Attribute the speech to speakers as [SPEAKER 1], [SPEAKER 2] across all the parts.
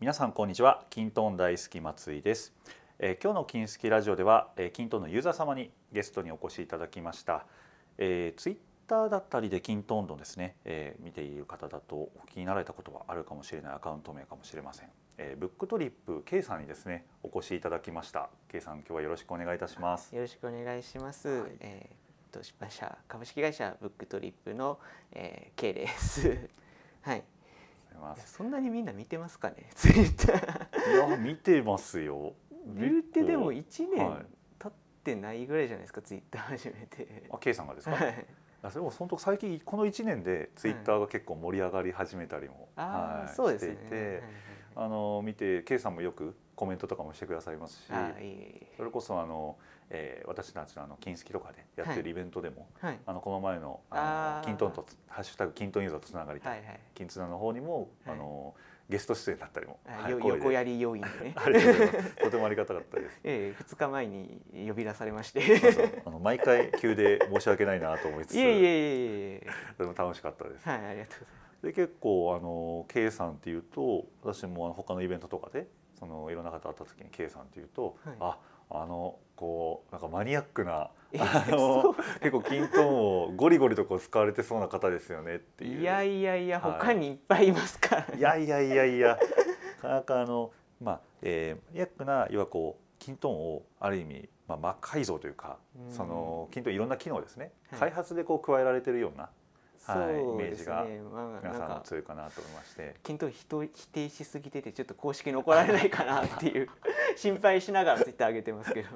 [SPEAKER 1] 皆さんこんにちは金トーン大好き松井です、えー今日の金スキラジオでは、えー、金トーンのユーザー様にゲストにお越しいただきました、えー、ツイッターだったりで金トーンのですね、えー見ている方だとお聞きになられたことはあるかもしれないアカウント名かもしれません、えーブックトリップ K さんにですねお越しいただきました K さん今日はよろしくお願いいたします
[SPEAKER 2] よろしくお願いします。
[SPEAKER 1] はい
[SPEAKER 2] えーと出版社株式会社ブックトリップの、えー、K です。 は
[SPEAKER 1] あ
[SPEAKER 2] い。
[SPEAKER 1] りがとうございま
[SPEAKER 2] いや
[SPEAKER 1] す
[SPEAKER 2] そんなにみんな見てますかね。 ツイッター。
[SPEAKER 1] いや見てますよ
[SPEAKER 2] 言うてでも
[SPEAKER 1] 結
[SPEAKER 2] 一
[SPEAKER 1] はい
[SPEAKER 2] 年経ってないぐらいじゃないですか。ツイッター始めて
[SPEAKER 1] 構。あ K さんがですか、
[SPEAKER 2] はい。
[SPEAKER 1] あそれも本当最近この1年でツイッターが結構盛り上がり始めたりも、
[SPEAKER 2] あ
[SPEAKER 1] は
[SPEAKER 2] あ、
[SPEAKER 1] い
[SPEAKER 2] そうですね。
[SPEAKER 1] してい
[SPEAKER 2] はい
[SPEAKER 1] て、あの見て K さんもよくコメントとかもしてくださいますし
[SPEAKER 2] はいはい、あーいえいえ
[SPEAKER 1] それこそあの、えー私たちのあの金スキとかでやって
[SPEAKER 2] は
[SPEAKER 1] る
[SPEAKER 2] い
[SPEAKER 1] イベントでも、
[SPEAKER 2] はい。
[SPEAKER 1] あのこの前のあの
[SPEAKER 2] あー
[SPEAKER 1] 金トンとつハッシュタグ金トンユーザーとつながりた、
[SPEAKER 2] はいいはい。
[SPEAKER 1] 金ツナの方にも、
[SPEAKER 2] はい
[SPEAKER 1] あのゲスト出演だったりも、
[SPEAKER 2] あ
[SPEAKER 1] はい
[SPEAKER 2] よ
[SPEAKER 1] 声で。
[SPEAKER 2] 横やり要因でね
[SPEAKER 1] ありがとうございますとてもありがたかったです。
[SPEAKER 2] ええ、二日前に呼び出されまして。い
[SPEAKER 1] まずあの毎回急で申し訳ないなと思いつつ、
[SPEAKER 2] えいえいえいえ。
[SPEAKER 1] とても楽しかったです。
[SPEAKER 2] はい、ありがとうございます。
[SPEAKER 1] で結構あの K さんっていうと私もあの他のイベントとかでそのいろんな方と会った時に K さんっていうと、
[SPEAKER 2] はい
[SPEAKER 1] ああのこうなんかマニアックな
[SPEAKER 2] え
[SPEAKER 1] あ
[SPEAKER 2] そ
[SPEAKER 1] の
[SPEAKER 2] う
[SPEAKER 1] 結構キントーンをゴリゴリとこう使われてそうな方ですよねっていう。
[SPEAKER 2] いやいやいや、
[SPEAKER 1] はい
[SPEAKER 2] 他にいっぱいいますから、ね
[SPEAKER 1] いやいやいやいやなかなかあのまあ、えー、マニアックな要はこうキントーンをある意味、まあ、魔改造というか、
[SPEAKER 2] うん
[SPEAKER 1] そのキントーンいろんな機能ですね、
[SPEAKER 2] はい
[SPEAKER 1] 開発でこう加えられてるようなはい
[SPEAKER 2] そう
[SPEAKER 1] イメ
[SPEAKER 2] で
[SPEAKER 1] ージ
[SPEAKER 2] す
[SPEAKER 1] が
[SPEAKER 2] ねまあ
[SPEAKER 1] 皆
[SPEAKER 2] なん
[SPEAKER 1] さんの
[SPEAKER 2] か
[SPEAKER 1] 強いかなと思いまして。
[SPEAKER 2] 検討人否定しすぎててちょっと公式に怒られないかなって いう心配しながらツイッター上げてますけど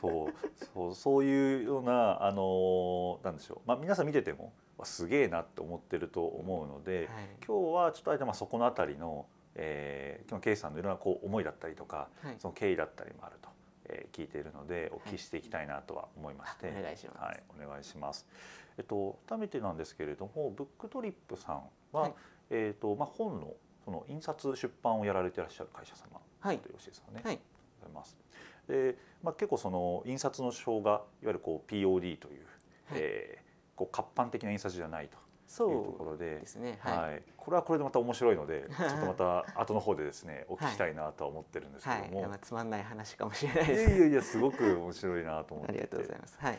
[SPEAKER 1] そうそう そういうようなあのなんでしょう、まあ、皆さん見ててもわすげえなって思ってると思うので、
[SPEAKER 2] はい
[SPEAKER 1] 今日はちょっとあえてまあそこのあたりの、えー、今日ケイさんのいろんなこう思いだったりとか
[SPEAKER 2] はい
[SPEAKER 1] その経緯だったりもあると、えー聞いているのでお聞きしていきたいなとは思いまして、
[SPEAKER 2] あお願いします
[SPEAKER 1] はい、お願いします。えっと改めてなんですけれどもブックトリップさんは、
[SPEAKER 2] はい
[SPEAKER 1] えっとまあ本のその印刷出版をやられていらっしゃる会社様
[SPEAKER 2] はい
[SPEAKER 1] とよろしいですかね。
[SPEAKER 2] はい
[SPEAKER 1] ございます。で、まあ、結構その印刷の手法がいわゆるこう POD という、
[SPEAKER 2] はい
[SPEAKER 1] えーこう活版的な印刷じゃないというとこ
[SPEAKER 2] そ
[SPEAKER 1] ろ
[SPEAKER 2] う
[SPEAKER 1] で
[SPEAKER 2] で。すね
[SPEAKER 1] はい
[SPEAKER 2] は
[SPEAKER 1] これはこれでまた面白いの でちょっとまた後の方でですねお聞きしたいなとは思ってるんです
[SPEAKER 2] い、
[SPEAKER 1] けど
[SPEAKER 2] は
[SPEAKER 1] も、
[SPEAKER 2] い、まあつまんない話かもしれない
[SPEAKER 1] い、
[SPEAKER 2] です
[SPEAKER 1] やいやいやすごく面白いなと思っ
[SPEAKER 2] あ
[SPEAKER 1] て
[SPEAKER 2] りがとうございますはい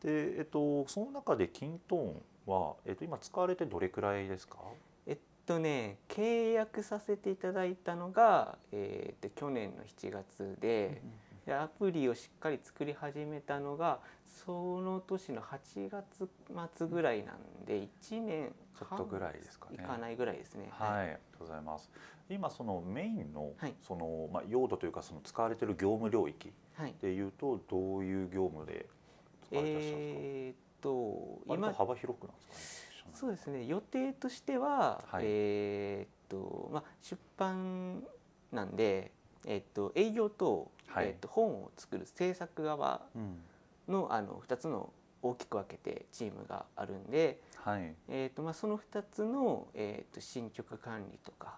[SPEAKER 1] で、えっと、その中でキントーンは、えっと、今使われてどれくらいですか
[SPEAKER 2] えっとね契約させていただいたのが、えー、と去年の7月で、でアプリをしっかり作り始めたのがその年の8月末ぐらいなんで1年
[SPEAKER 1] ちょ
[SPEAKER 2] 半
[SPEAKER 1] っとぐらいですかね
[SPEAKER 2] いかないぐらいですね。
[SPEAKER 1] はい、ありがとうございます。今そのメインの、
[SPEAKER 2] はい
[SPEAKER 1] そのまあ用途というかその使われている業務領域
[SPEAKER 2] い。はい、
[SPEAKER 1] でいうとどういう業務で使われてらっしゃるんですか。
[SPEAKER 2] えーっと
[SPEAKER 1] 割と
[SPEAKER 2] 今
[SPEAKER 1] 幅広くなんですかね。
[SPEAKER 2] そうですね予定としては、
[SPEAKER 1] はい
[SPEAKER 2] えーっとまあ出版なんでえーっと営業と、
[SPEAKER 1] はい
[SPEAKER 2] えーっと本を作る制作側
[SPEAKER 1] うん。
[SPEAKER 2] のあの2つの大きく分けてチームがあるんで、
[SPEAKER 1] はい。
[SPEAKER 2] えーっとまあ、その2つの、えーっと進捗管理とか、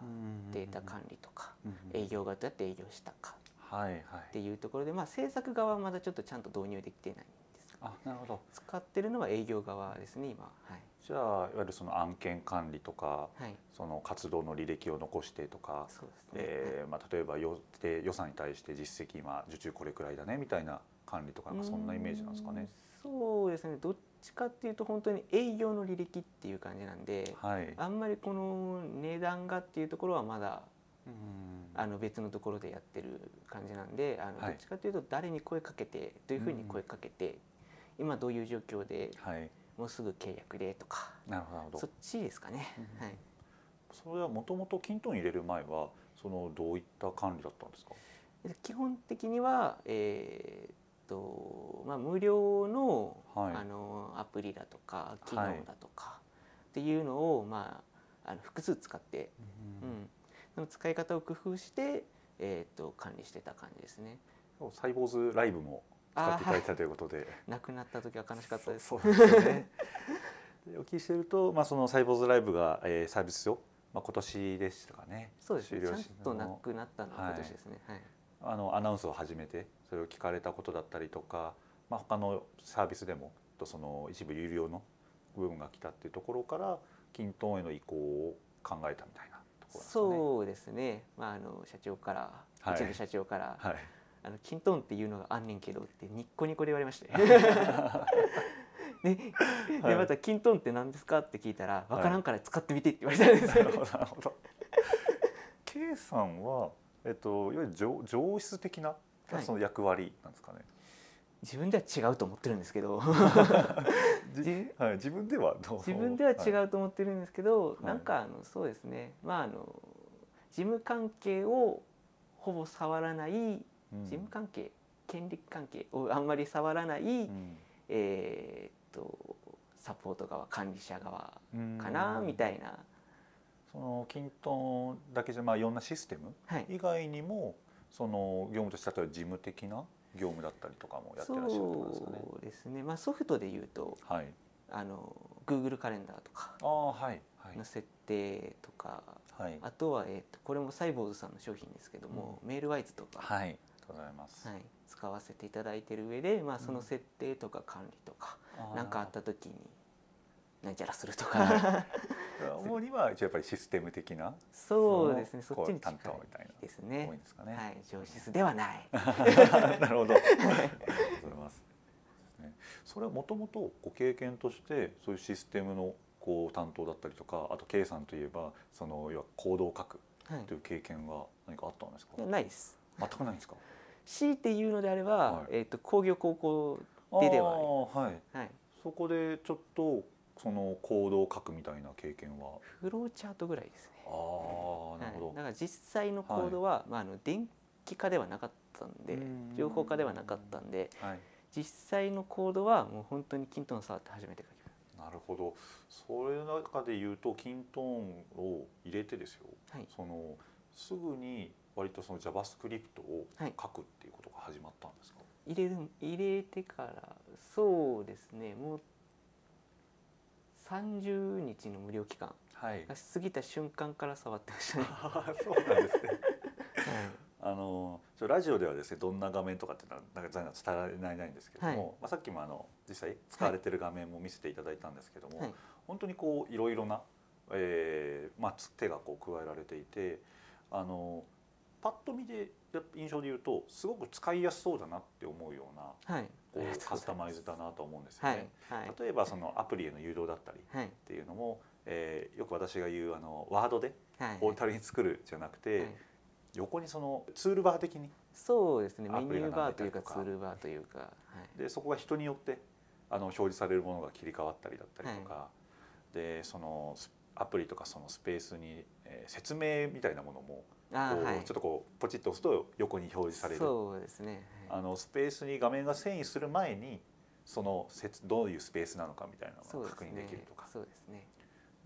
[SPEAKER 2] データ管理とか、
[SPEAKER 1] 理。
[SPEAKER 2] 営業がどうやって営業したか
[SPEAKER 1] はいはい。
[SPEAKER 2] っていうところで、まあ、制作側はまだちょっとちゃんと導入できてないんです
[SPEAKER 1] あなるほど。
[SPEAKER 2] 使ってるのは営業側ですね今はい、
[SPEAKER 1] じゃあいわゆるその案件管理とか
[SPEAKER 2] はい、
[SPEAKER 1] その活動の履歴を残してとか。
[SPEAKER 2] そうですね、
[SPEAKER 1] えーまあ、例えば予定予算に対して実績今受注これくらいだねみたいな管理とか
[SPEAKER 2] はい
[SPEAKER 1] なんかそんなイメージなんですかね。
[SPEAKER 2] うーんそうですねどっちかっていうと本当に営業の履歴っていう感じなんで
[SPEAKER 1] はい、
[SPEAKER 2] あんまりこの値段がっていうところはまだ
[SPEAKER 1] うん
[SPEAKER 2] あの別のところでやってる感じなんであのど
[SPEAKER 1] はい
[SPEAKER 2] っちかというと誰に声かけてどういうふうに声かけて今どういう状況で
[SPEAKER 1] はい、
[SPEAKER 2] もうすぐ契約でとか
[SPEAKER 1] なるほどなるほど
[SPEAKER 2] そっちですかね
[SPEAKER 1] うん
[SPEAKER 2] はい
[SPEAKER 1] それはもともとキントン入れる前はそのどういった管理だったんですか。
[SPEAKER 2] で基本的には、えーっとまあ、無料の,、
[SPEAKER 1] はい
[SPEAKER 2] あのアプリだとか機
[SPEAKER 1] は
[SPEAKER 2] 能
[SPEAKER 1] い
[SPEAKER 2] だとか、っていうのを、まあ、あの複数使って、うんその使い方を工夫して、えーっと管理してた感じですね。
[SPEAKER 1] うん、サイボーズライブも使っていただい
[SPEAKER 2] あ
[SPEAKER 1] たということ で
[SPEAKER 2] ー亡くなった時は悲しかったです。
[SPEAKER 1] そうそう ですよね。でお聞きしてると、まあ、そのサイボーズライブが、えー、サービスを、まあ、今年でしたかね
[SPEAKER 2] そうですね。
[SPEAKER 1] 終
[SPEAKER 2] ち
[SPEAKER 1] 了
[SPEAKER 2] ゃん
[SPEAKER 1] し
[SPEAKER 2] と
[SPEAKER 1] あ
[SPEAKER 2] 亡
[SPEAKER 1] の
[SPEAKER 2] くなったのは今年ですね。はい。
[SPEAKER 1] あのアナウンスを始めてそれを聞かれたことだったりとか、まあ、他のサービスでもとその一部有料の部分が来たっていうところから均等への移行を考えたみたいなとところなんですかね。
[SPEAKER 2] そうですね、まあ、あの社長から、
[SPEAKER 1] はいう
[SPEAKER 2] ちの社長から、
[SPEAKER 1] はい。
[SPEAKER 2] あのキントンっていうのがあんねんけどってニッコニコで言われ ましてで
[SPEAKER 1] はい
[SPEAKER 2] でまた「キントンって何ですか?」って聞いたら「
[SPEAKER 1] い
[SPEAKER 2] わからんから使ってみて」って言われたんです
[SPEAKER 1] なる
[SPEAKER 2] よ
[SPEAKER 1] ほど、なるほど。K さんは、えっと、いわゆる上上質的な、
[SPEAKER 2] はい
[SPEAKER 1] その役割なんですかね。
[SPEAKER 2] 自分では違うと思ってるんです けど
[SPEAKER 1] じ
[SPEAKER 2] じ
[SPEAKER 1] はい、自分ではどう。
[SPEAKER 2] 自分では違うと思ってるんですけど、
[SPEAKER 1] い
[SPEAKER 2] なんかあのそうですねまああの事務関係をほぼ触らない事
[SPEAKER 1] うん
[SPEAKER 2] 務関係、権利関係をあんまり触らない、えーっとサポート側管理者側
[SPEAKER 1] うん
[SPEAKER 2] かな、
[SPEAKER 1] うん
[SPEAKER 2] みたいな。
[SPEAKER 1] その均等だけじゃ、まあ、いろんなシステム
[SPEAKER 2] はい
[SPEAKER 1] 以外にも。その業務として、例えば事務的な業務だったりとかもやってらっしゃるってことですかね。
[SPEAKER 2] そうですね、まあ、ソフトで言うと
[SPEAKER 1] はい。
[SPEAKER 2] あの Google カレンダーとか
[SPEAKER 1] ああ、はい。はい
[SPEAKER 2] の。設定とか、
[SPEAKER 1] はい。
[SPEAKER 2] あとは、えっとこれもサイボーズさんの商品ですけども、メールワイズとか、は
[SPEAKER 1] はい。ありがとうございます。
[SPEAKER 2] い使わせていただいてる上で、まあ、その
[SPEAKER 1] うん
[SPEAKER 2] 設定とか管理とか
[SPEAKER 1] あー
[SPEAKER 2] 何、かあった時になんちゃらするとか、
[SPEAKER 1] は主には一応やっぱりシステム的な
[SPEAKER 2] そうですねそ
[SPEAKER 1] の
[SPEAKER 2] っちに近い
[SPEAKER 1] こう担当みたい
[SPEAKER 2] です
[SPEAKER 1] な
[SPEAKER 2] ね
[SPEAKER 1] 多いんですかね。
[SPEAKER 2] はい、上質ではない。
[SPEAKER 1] なるほど。あり がとうございます。ねそれはもともとご経験としてそういうシステムのこう担当だったりとか、あと K さんといえばその要は行動を書く
[SPEAKER 2] はい
[SPEAKER 1] という経験は何かあったんですか。
[SPEAKER 2] いや、ないです。
[SPEAKER 1] 全くないんですか。
[SPEAKER 2] 強いて言うのであれば、
[SPEAKER 1] はい
[SPEAKER 2] えっと工業高校、出では
[SPEAKER 1] あーはい。
[SPEAKER 2] はい、
[SPEAKER 1] そこでちょっとその行動を書くみたいな経験は。
[SPEAKER 2] フローチャートぐらいですね。
[SPEAKER 1] ああなる
[SPEAKER 2] はい、
[SPEAKER 1] ほ
[SPEAKER 2] だから実際のコードは、まあ、あの電気化ではなかったんで
[SPEAKER 1] うん
[SPEAKER 2] 情報化ではなかったんで
[SPEAKER 1] ど。はい。
[SPEAKER 2] 実際のコードはもう本当にキントン触って初めて書きま
[SPEAKER 1] なるほど。それの中で言うと、キントーンを入れてですよ。
[SPEAKER 2] した、はい、
[SPEAKER 1] そのすぐに割とその JavaScript を
[SPEAKER 2] はい
[SPEAKER 1] 書くっていうことが始まったんですか。
[SPEAKER 2] 入れる入れてからそうですねもう30日の無料期間
[SPEAKER 1] はい、
[SPEAKER 2] が。過ぎた瞬間から触ってましたね
[SPEAKER 1] そうなんですね。あのちょラジオではですねどんな画面とかってななんか残念ながら伝えられないんですけども、
[SPEAKER 2] は
[SPEAKER 1] まあ、さっきもあの実際使われてる画面も見せていただいたんですけども、
[SPEAKER 2] はい
[SPEAKER 1] 本当にこういろいろな、えーまあ、つ手がこう加えられていてあのパッと見でやっぱ印象で言うとすごく使いやすそうだなって思うような
[SPEAKER 2] はい、
[SPEAKER 1] こ
[SPEAKER 2] ありが
[SPEAKER 1] う
[SPEAKER 2] とう
[SPEAKER 1] カ
[SPEAKER 2] ご
[SPEAKER 1] ス
[SPEAKER 2] ざ
[SPEAKER 1] タ
[SPEAKER 2] いま
[SPEAKER 1] マイズだなと思うんです
[SPEAKER 2] す
[SPEAKER 1] よ
[SPEAKER 2] は
[SPEAKER 1] ね。
[SPEAKER 2] いはい
[SPEAKER 1] 例えばそのアプリへの誘導だったりっ
[SPEAKER 2] はい
[SPEAKER 1] ていうのも、えーよく私が言うあのワードで
[SPEAKER 2] はい
[SPEAKER 1] ポータルに作るじゃなくて、
[SPEAKER 2] はい
[SPEAKER 1] 横にそのツールバー的に
[SPEAKER 2] そうですね
[SPEAKER 1] ア
[SPEAKER 2] メニ
[SPEAKER 1] プリが
[SPEAKER 2] ューバーという
[SPEAKER 1] 並んでた
[SPEAKER 2] か
[SPEAKER 1] りとか
[SPEAKER 2] ツールバーというか、はい、
[SPEAKER 1] でそこが人によってあの表示されるものが切り替わったりだったりとか、でそのスアプリとかそのスペースに、えー説明みたいなものも
[SPEAKER 2] あ
[SPEAKER 1] こ
[SPEAKER 2] ー
[SPEAKER 1] う
[SPEAKER 2] はい
[SPEAKER 1] ちょっとこうポチッと押すと横に表示される
[SPEAKER 2] そうですね、はい
[SPEAKER 1] あのスペースに画面が遷移する前にそのせつどういうスペースなのかみたいなの
[SPEAKER 2] そう
[SPEAKER 1] が
[SPEAKER 2] です
[SPEAKER 1] 確認できるとか
[SPEAKER 2] そうですね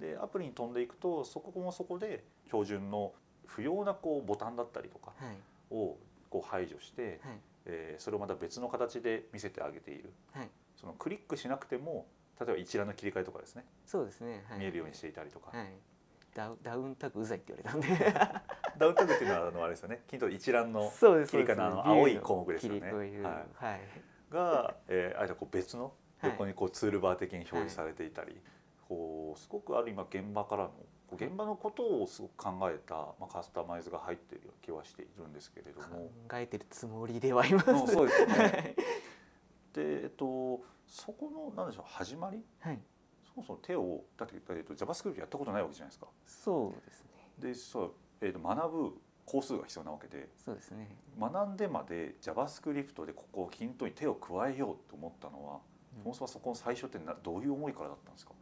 [SPEAKER 1] でアプリに飛んでいくとそこもそこで標準の不要なこうボタンだったりとか
[SPEAKER 2] はい
[SPEAKER 1] をこう排除して、
[SPEAKER 2] はい
[SPEAKER 1] えーそれをまた別の形で見せてあげている
[SPEAKER 2] はい
[SPEAKER 1] そのクリックしなくても例えば一覧の切り替えとかですね、
[SPEAKER 2] そうですね、はい、
[SPEAKER 1] 見えるようにしていたりとか、
[SPEAKER 2] はいダウダウンタグうざいって言われたんで
[SPEAKER 1] ダウンタグっていうのはあのあれですよね均等一覧の
[SPEAKER 2] そうです
[SPEAKER 1] 切り替えのあの青い項目ですよね
[SPEAKER 2] 切り替える
[SPEAKER 1] は
[SPEAKER 2] はいい、
[SPEAKER 1] が、えー、あれだこう別の
[SPEAKER 2] はい
[SPEAKER 1] 横にこうツールバー的に表示されていたり、こうすごくある今現場からのこう現場のことをすごく考えた、まあ、カスタマイズが入っているような気はしているんですけれども。
[SPEAKER 2] 考えてるつもりではいま す、
[SPEAKER 1] うんそうですよね
[SPEAKER 2] はい
[SPEAKER 1] でえっとそこのなんでしょう始まり
[SPEAKER 2] はい
[SPEAKER 1] そもそも手をだって、えっと、JavaScript やったことないわけじゃないですか。
[SPEAKER 2] そうですね
[SPEAKER 1] でそう、えっと、学ぶ工数が必要なわけで
[SPEAKER 2] そうですね
[SPEAKER 1] 学んでまで JavaScript でここを均等に手を加えようと思ったのは、そもそもそこの最初ってなどういう思いからだったんですか、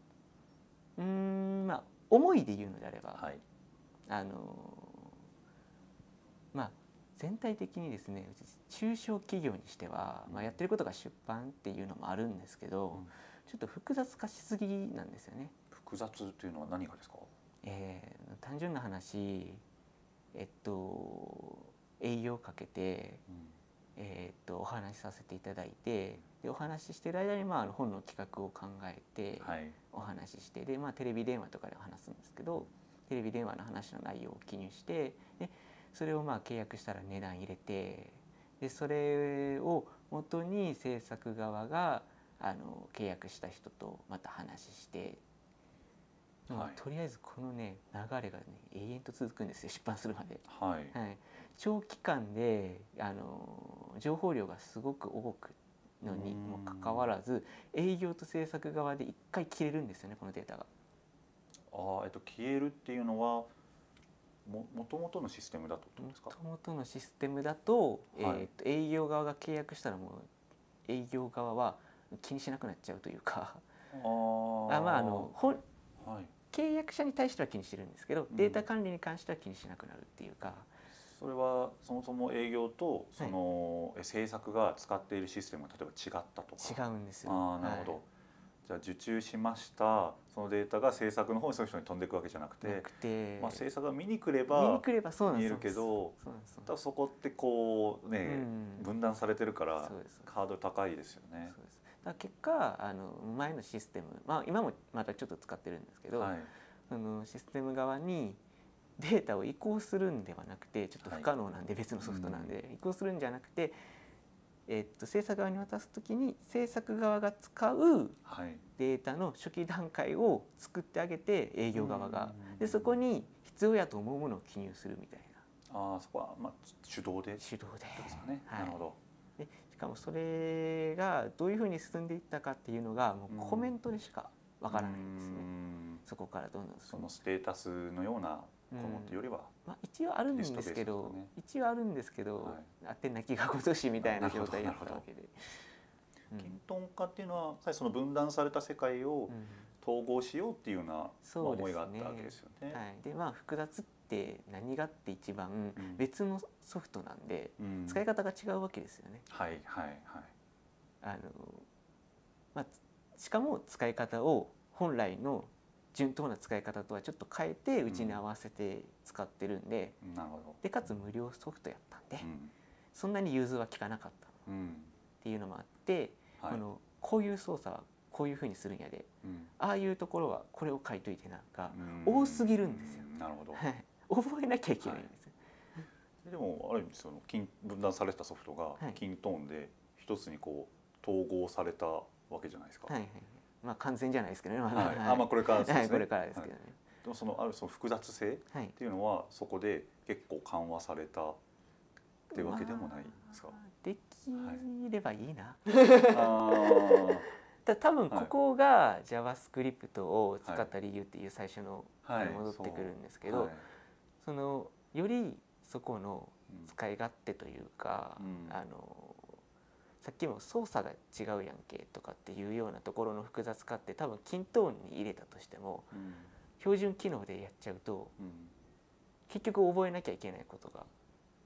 [SPEAKER 2] うーんまあ思いで言うのであれば、
[SPEAKER 1] はい
[SPEAKER 2] あのーまあ全体的にですねうち中小企業にしては、まあ、やってることが出版っていうのもあるんですけど、
[SPEAKER 1] うん
[SPEAKER 2] ちょっと複雑化しすぎなんですよね。
[SPEAKER 1] 複雑というのは何がですか
[SPEAKER 2] えー単純な話えっと営業かけて、えーっとお話しさせていただいてでお話ししてる間に、まああの、本の企画を考えて、
[SPEAKER 1] はい
[SPEAKER 2] お話ししてで、まあ、テレビ電話とかで話すんですけどテレビ電話の話の内容を記入してでそれをまあ契約したら値段入れてでそれを元に制作側があの契約した人とまた話して
[SPEAKER 1] はい
[SPEAKER 2] とりあえずこのね流れがね永遠と続くんですよ出版するまで。
[SPEAKER 1] はい
[SPEAKER 2] はい、長期間であの情報量がすごく多くのに
[SPEAKER 1] うん
[SPEAKER 2] もかかわらず営業と制作側で一回消えるんですよねこのデータが。
[SPEAKER 1] あーえっと消えるっていうのはも元々のシステムだとってこと
[SPEAKER 2] も
[SPEAKER 1] ですか
[SPEAKER 2] ともとのシステムだと,、
[SPEAKER 1] はい
[SPEAKER 2] えーと営業側が契約したらもう営業側は気にしなくなっちゃうというか
[SPEAKER 1] あー
[SPEAKER 2] あまああの本
[SPEAKER 1] はい
[SPEAKER 2] 契約者に対しては気にしてるんですけど
[SPEAKER 1] うん
[SPEAKER 2] データ管理に関しては気にしなくなるっていうか、
[SPEAKER 1] それはそもそも営業とその、え制作が使っているシステムが例えば違ったとか
[SPEAKER 2] 違うんですよ。
[SPEAKER 1] あーなるほど、
[SPEAKER 2] はい
[SPEAKER 1] じゃあ受注しましたそのデータが制作の方にそういう人に飛んでいくわけじゃなくて
[SPEAKER 2] なくて、
[SPEAKER 1] まあ、制作が見に来れ
[SPEAKER 2] 見に
[SPEAKER 1] ば
[SPEAKER 2] 来ればそうなん
[SPEAKER 1] 見
[SPEAKER 2] で
[SPEAKER 1] え
[SPEAKER 2] す
[SPEAKER 1] るけど
[SPEAKER 2] そうなんですそう
[SPEAKER 1] た
[SPEAKER 2] なん
[SPEAKER 1] だ
[SPEAKER 2] で
[SPEAKER 1] そこってこう
[SPEAKER 2] す
[SPEAKER 1] ね、
[SPEAKER 2] うん
[SPEAKER 1] 分断されてるから
[SPEAKER 2] そうですそうです
[SPEAKER 1] ハードル高いですよね。
[SPEAKER 2] そうですだから結果あの前のシステム、まあ、今もまたちょっと使ってるんですけど、
[SPEAKER 1] はい、
[SPEAKER 2] そのシステム側にデータを移行するんではなくてちょっと
[SPEAKER 1] は
[SPEAKER 2] 不
[SPEAKER 1] い
[SPEAKER 2] 可能なんで別のソフトなんで、移行するんじゃなくて、えっと制作側に渡す時に制作側が使う
[SPEAKER 1] はい、
[SPEAKER 2] データの初期段階を作ってあげて営業側が
[SPEAKER 1] うん
[SPEAKER 2] でそこに必要やと思うものを記入するみたい
[SPEAKER 1] ああそこはまあ手動で
[SPEAKER 2] な手動で
[SPEAKER 1] ですかね。
[SPEAKER 2] はい
[SPEAKER 1] なるほど。
[SPEAKER 2] でしかもそれがどういうふうに進んでいったかっていうのがもうコメントでしかわからないんですね、
[SPEAKER 1] うん
[SPEAKER 2] そこからどんどん
[SPEAKER 1] そ
[SPEAKER 2] 進む
[SPEAKER 1] のステータスのようなものというよりは、
[SPEAKER 2] まあ、一応あるんです
[SPEAKER 1] リストベース
[SPEAKER 2] け
[SPEAKER 1] と
[SPEAKER 2] ど、
[SPEAKER 1] かね
[SPEAKER 2] 一応あるんですけど、
[SPEAKER 1] はい
[SPEAKER 2] あてなきが如しみたい
[SPEAKER 1] あな
[SPEAKER 2] な
[SPEAKER 1] るほ
[SPEAKER 2] 状
[SPEAKER 1] ど
[SPEAKER 2] 態だったわけで、うん
[SPEAKER 1] キントン化っていうのはさその分断された世界を
[SPEAKER 2] うん
[SPEAKER 1] 統合しようっていうような、まあ
[SPEAKER 2] そうです
[SPEAKER 1] 思
[SPEAKER 2] ね
[SPEAKER 1] いがあったわけですよね。
[SPEAKER 2] はい、でまあ複雑って何がって一番
[SPEAKER 1] うん
[SPEAKER 2] 別のソフトなんで、
[SPEAKER 1] うん
[SPEAKER 2] 使い方が違うわけですよね。
[SPEAKER 1] はいはいはい。
[SPEAKER 2] あのまあ、つしかも使い方を本来の順当な使い方とはちょっと変えてうちに合わせて使ってるんで,、
[SPEAKER 1] うんなるほ
[SPEAKER 2] でかつ無料ソフトやったんで、
[SPEAKER 1] ど。うん
[SPEAKER 2] そんなに融通は効かなかったっ
[SPEAKER 1] うん
[SPEAKER 2] ていうのもあって、
[SPEAKER 1] はい
[SPEAKER 2] このこういう操作はこういうふうにするんやで
[SPEAKER 1] うん
[SPEAKER 2] ああいうところはこれを書いといてなんか、
[SPEAKER 1] うん
[SPEAKER 2] 多すぎるんですよ
[SPEAKER 1] なるほど。
[SPEAKER 2] はい 覚えなきゃいけないんです、
[SPEAKER 1] でもある意味その均分断されたソフト
[SPEAKER 2] は
[SPEAKER 1] が
[SPEAKER 2] い
[SPEAKER 1] キントーンで一つにこう統合されたわけじゃないですか。
[SPEAKER 2] はいはいまあ完全じゃないですけどね、まあ
[SPEAKER 1] はいあまあこれからですね
[SPEAKER 2] はいこれからですけどね、
[SPEAKER 1] でもそのあるその複雑性っ
[SPEAKER 2] はい、
[SPEAKER 1] ていうのはそこで結構緩和されたっていうわけでもないですか
[SPEAKER 2] ま。あできればいいな、
[SPEAKER 1] あ
[SPEAKER 2] た多分ここが JavaScript を使った理由っていう最初の
[SPEAKER 1] ーはい
[SPEAKER 2] に戻ってくるんですけ
[SPEAKER 1] そう
[SPEAKER 2] ど
[SPEAKER 1] はい
[SPEAKER 2] そのよりそこの
[SPEAKER 1] うん
[SPEAKER 2] 使い勝手というか
[SPEAKER 1] うん
[SPEAKER 2] あのさっきも操作が違うやんけとかっていうようなところの複雑化って多分均等に入れたとしても
[SPEAKER 1] うん
[SPEAKER 2] 標準機能でやっちゃうと
[SPEAKER 1] うん
[SPEAKER 2] 結局覚えなきゃいけないことが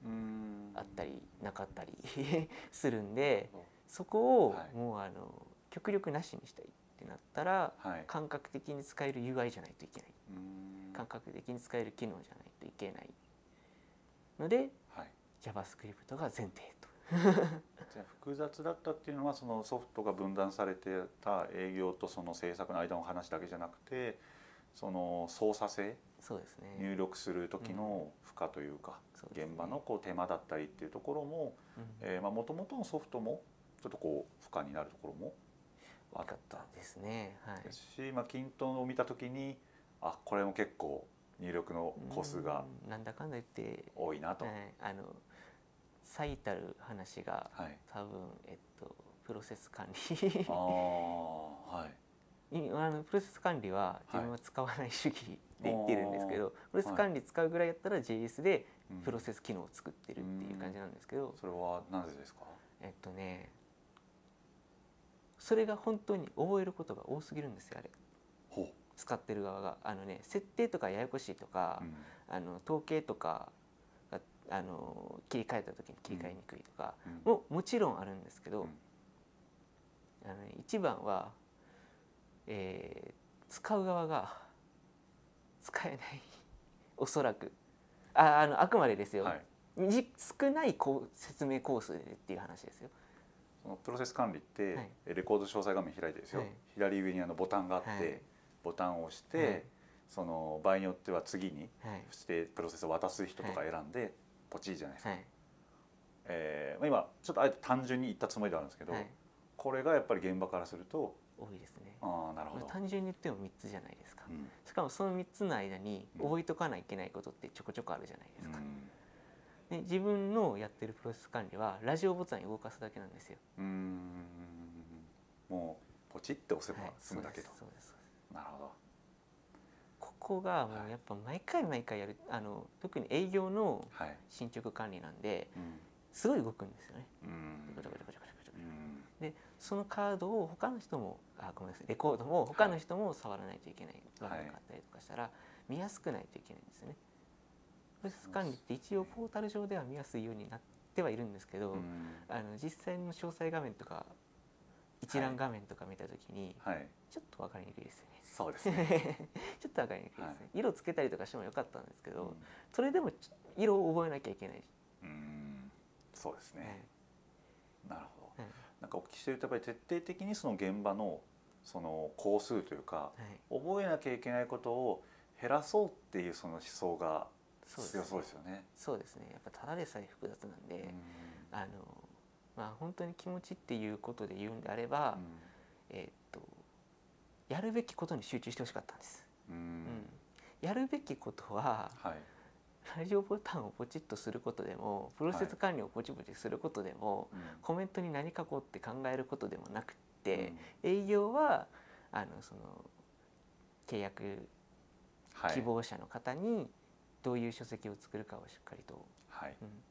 [SPEAKER 1] うん
[SPEAKER 2] あったりなかったり するんで
[SPEAKER 1] なるほ
[SPEAKER 2] そこを
[SPEAKER 1] はい
[SPEAKER 2] もうあの極力なしにしたいってなったら
[SPEAKER 1] どはい
[SPEAKER 2] 感覚的に使える UI じゃないといけない
[SPEAKER 1] うん
[SPEAKER 2] 感覚的に使える機能じゃないといけないので
[SPEAKER 1] はい
[SPEAKER 2] JavaScript が前提と。
[SPEAKER 1] じゃあ複雑だったっていうのはそのソフトが分断されてた営業とその制作の間の話だけじゃなくてその操作性
[SPEAKER 2] そうですね
[SPEAKER 1] 入力する時の負荷というか、
[SPEAKER 2] そうですね
[SPEAKER 1] 現場のこう手間だったりっていうところも
[SPEAKER 2] うん
[SPEAKER 1] えーまあ元々のソフトもちょっとこう負荷になるところもあ
[SPEAKER 2] 分
[SPEAKER 1] っ
[SPEAKER 2] かったですね。はい
[SPEAKER 1] た。し、まあ、均等を見た時にあこれも結構入力の個数が
[SPEAKER 2] うんなんだかんだ言って、
[SPEAKER 1] 多いなと。
[SPEAKER 2] は
[SPEAKER 1] はい
[SPEAKER 2] い、あの最たる話が多分えっとプロセス管理
[SPEAKER 1] ああはい
[SPEAKER 2] いあのプロセス管理は自分は使わない主義って言ってるんですけど、プロセス管理使うぐらいやったら JS で
[SPEAKER 1] うん
[SPEAKER 2] プロセス機能を作ってるっていう感じなんですけど、
[SPEAKER 1] それはなぜですか
[SPEAKER 2] えっとねそれが本当に覚えることが多すぎるんですよあれ
[SPEAKER 1] ほう
[SPEAKER 2] 使ってる側があのね設定とかややこしいとか、
[SPEAKER 1] うん
[SPEAKER 2] あの統計とかがあの切り替えた時に切り替えにくいとか
[SPEAKER 1] うん
[SPEAKER 2] ももちろんあるんですけど、
[SPEAKER 1] うん
[SPEAKER 2] あのね一番は、えー使う側が使えないおそらくああのあくまでですよ、
[SPEAKER 1] はい、
[SPEAKER 2] じ少ないこう説明コースでっていう話ですよ。
[SPEAKER 1] そのプロセス管理って、
[SPEAKER 2] はい
[SPEAKER 1] えレコード詳細画面開いてですよ、
[SPEAKER 2] はい
[SPEAKER 1] 左上にあのボタンがあって、
[SPEAKER 2] はい
[SPEAKER 1] ボタンを押して、
[SPEAKER 2] はい
[SPEAKER 1] その場合によっては次に
[SPEAKER 2] はい
[SPEAKER 1] してプロセスを渡す人とか選んで、ポチいじゃないですか、
[SPEAKER 2] はい
[SPEAKER 1] えーまあ、今ちょっとあえて単純に言ったつもりではあるんですけど、
[SPEAKER 2] はい
[SPEAKER 1] これがやっぱり現場からすると
[SPEAKER 2] 多いですね。
[SPEAKER 1] ああなるほど。
[SPEAKER 2] 単純に言っても3つじゃないですか
[SPEAKER 1] う。ん
[SPEAKER 2] しかもその3つの間に
[SPEAKER 1] うん
[SPEAKER 2] 覚えとかないといけないことってちょこちょこあるじゃないですか。
[SPEAKER 1] うん
[SPEAKER 2] で自分のやってるプロセス管理はラジオボタン動かすだけなんですよ。
[SPEAKER 1] うーんもうポチって押せば
[SPEAKER 2] はい
[SPEAKER 1] 済むだけと、
[SPEAKER 2] そうですそうですそうです
[SPEAKER 1] なるほど
[SPEAKER 2] ここがもうやっぱ毎回毎回やるあの特に営業の
[SPEAKER 1] はい
[SPEAKER 2] 進捗管理なんで
[SPEAKER 1] うん
[SPEAKER 2] すごい動くんですよね。
[SPEAKER 1] うん
[SPEAKER 2] ごちゃごちゃごちゃごちゃごちゃ
[SPEAKER 1] うん
[SPEAKER 2] そのカードを他の人もあごめんなさいレコードも他の人も触らないといけない場面があったりとかしたら、見やすくないといけないんですよね。プロセス管理って一応ポータル上では見やすいようになってはいるんですけど、
[SPEAKER 1] うん
[SPEAKER 2] あの実際の詳細画面とか一覧画面とか見た時に
[SPEAKER 1] はい
[SPEAKER 2] ちょっと分かりにくいですよね。
[SPEAKER 1] そうですね
[SPEAKER 2] ちょっと分かりにくいですね、
[SPEAKER 1] はい
[SPEAKER 2] 色つけたりとかしてもよかったんですけ
[SPEAKER 1] う
[SPEAKER 2] ど、
[SPEAKER 1] ん
[SPEAKER 2] それでもち色を覚えなきゃいけないし、
[SPEAKER 1] うんそうですね、なるほど
[SPEAKER 2] はいはい
[SPEAKER 1] なんかお聞きしてるとやっぱり徹底的にその現場のその工数というか
[SPEAKER 2] はい、
[SPEAKER 1] 覚えなきゃいけないことを減らそうっていうその思想が
[SPEAKER 2] そうです
[SPEAKER 1] 強そうですよね。
[SPEAKER 2] そうですねやっぱただでさえ複雑なんで、
[SPEAKER 1] うん
[SPEAKER 2] あのまあ本当に気持ちっていうことで言うんであれば、えーっとやるべきことに集中してほしかったんです。
[SPEAKER 1] うんう
[SPEAKER 2] うんんやるべきことは
[SPEAKER 1] はい
[SPEAKER 2] ラジオボタンをポチッとすることでもプロセス管理をポチポチすることでも、
[SPEAKER 1] うん
[SPEAKER 2] コメントに何書こうって考えることでもなくって、営業はあのその契約
[SPEAKER 1] はい
[SPEAKER 2] 希望者の方にどういう書籍を作るかをしっかりと、
[SPEAKER 1] はい
[SPEAKER 2] うん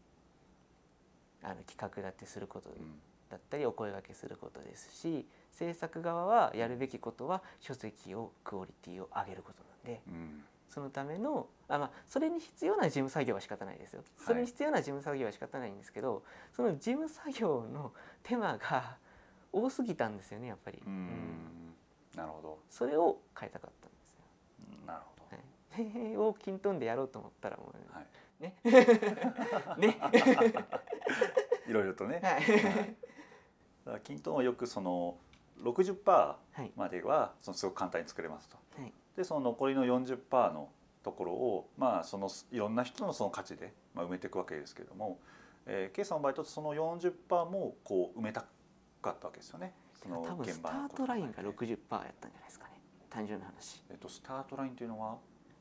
[SPEAKER 2] あの企画立てすること
[SPEAKER 1] うん
[SPEAKER 2] だったりお声掛けすることですし制作側はやるべきことは書籍をクオリティを上げることなんで
[SPEAKER 1] うん
[SPEAKER 2] そのためのあ、まあ、それに必要な事務作業は仕方ないですよそれに必要な事務作業は仕方ないんですけど、その事務作業の手間が多すぎたんですよねやっぱり、
[SPEAKER 1] う
[SPEAKER 2] うん
[SPEAKER 1] んなるほど
[SPEAKER 2] それを変えたかったんですよ
[SPEAKER 1] なるほど。
[SPEAKER 2] はい、それをキントンでやろうと思ったらもう、
[SPEAKER 1] はい
[SPEAKER 2] ね ね
[SPEAKER 1] いろいろとね。
[SPEAKER 2] はい
[SPEAKER 1] だから均等はよくその60%
[SPEAKER 2] はい
[SPEAKER 1] まではそのすごく簡単に作れますと。
[SPEAKER 2] はい
[SPEAKER 1] でその残りの40%のところをまあそのいろんな人のその価値でまあ埋めていくわけですけれども、えー、K さんの場合だとその40%もこう埋めたかったわけですよね。その
[SPEAKER 2] 多分スタ
[SPEAKER 1] の
[SPEAKER 2] ー
[SPEAKER 1] こと
[SPEAKER 2] ト
[SPEAKER 1] を考
[SPEAKER 2] ラ
[SPEAKER 1] え
[SPEAKER 2] イ
[SPEAKER 1] て
[SPEAKER 2] ンが60%やったんじゃないですかね単純な話
[SPEAKER 1] えっとスタートラインというのは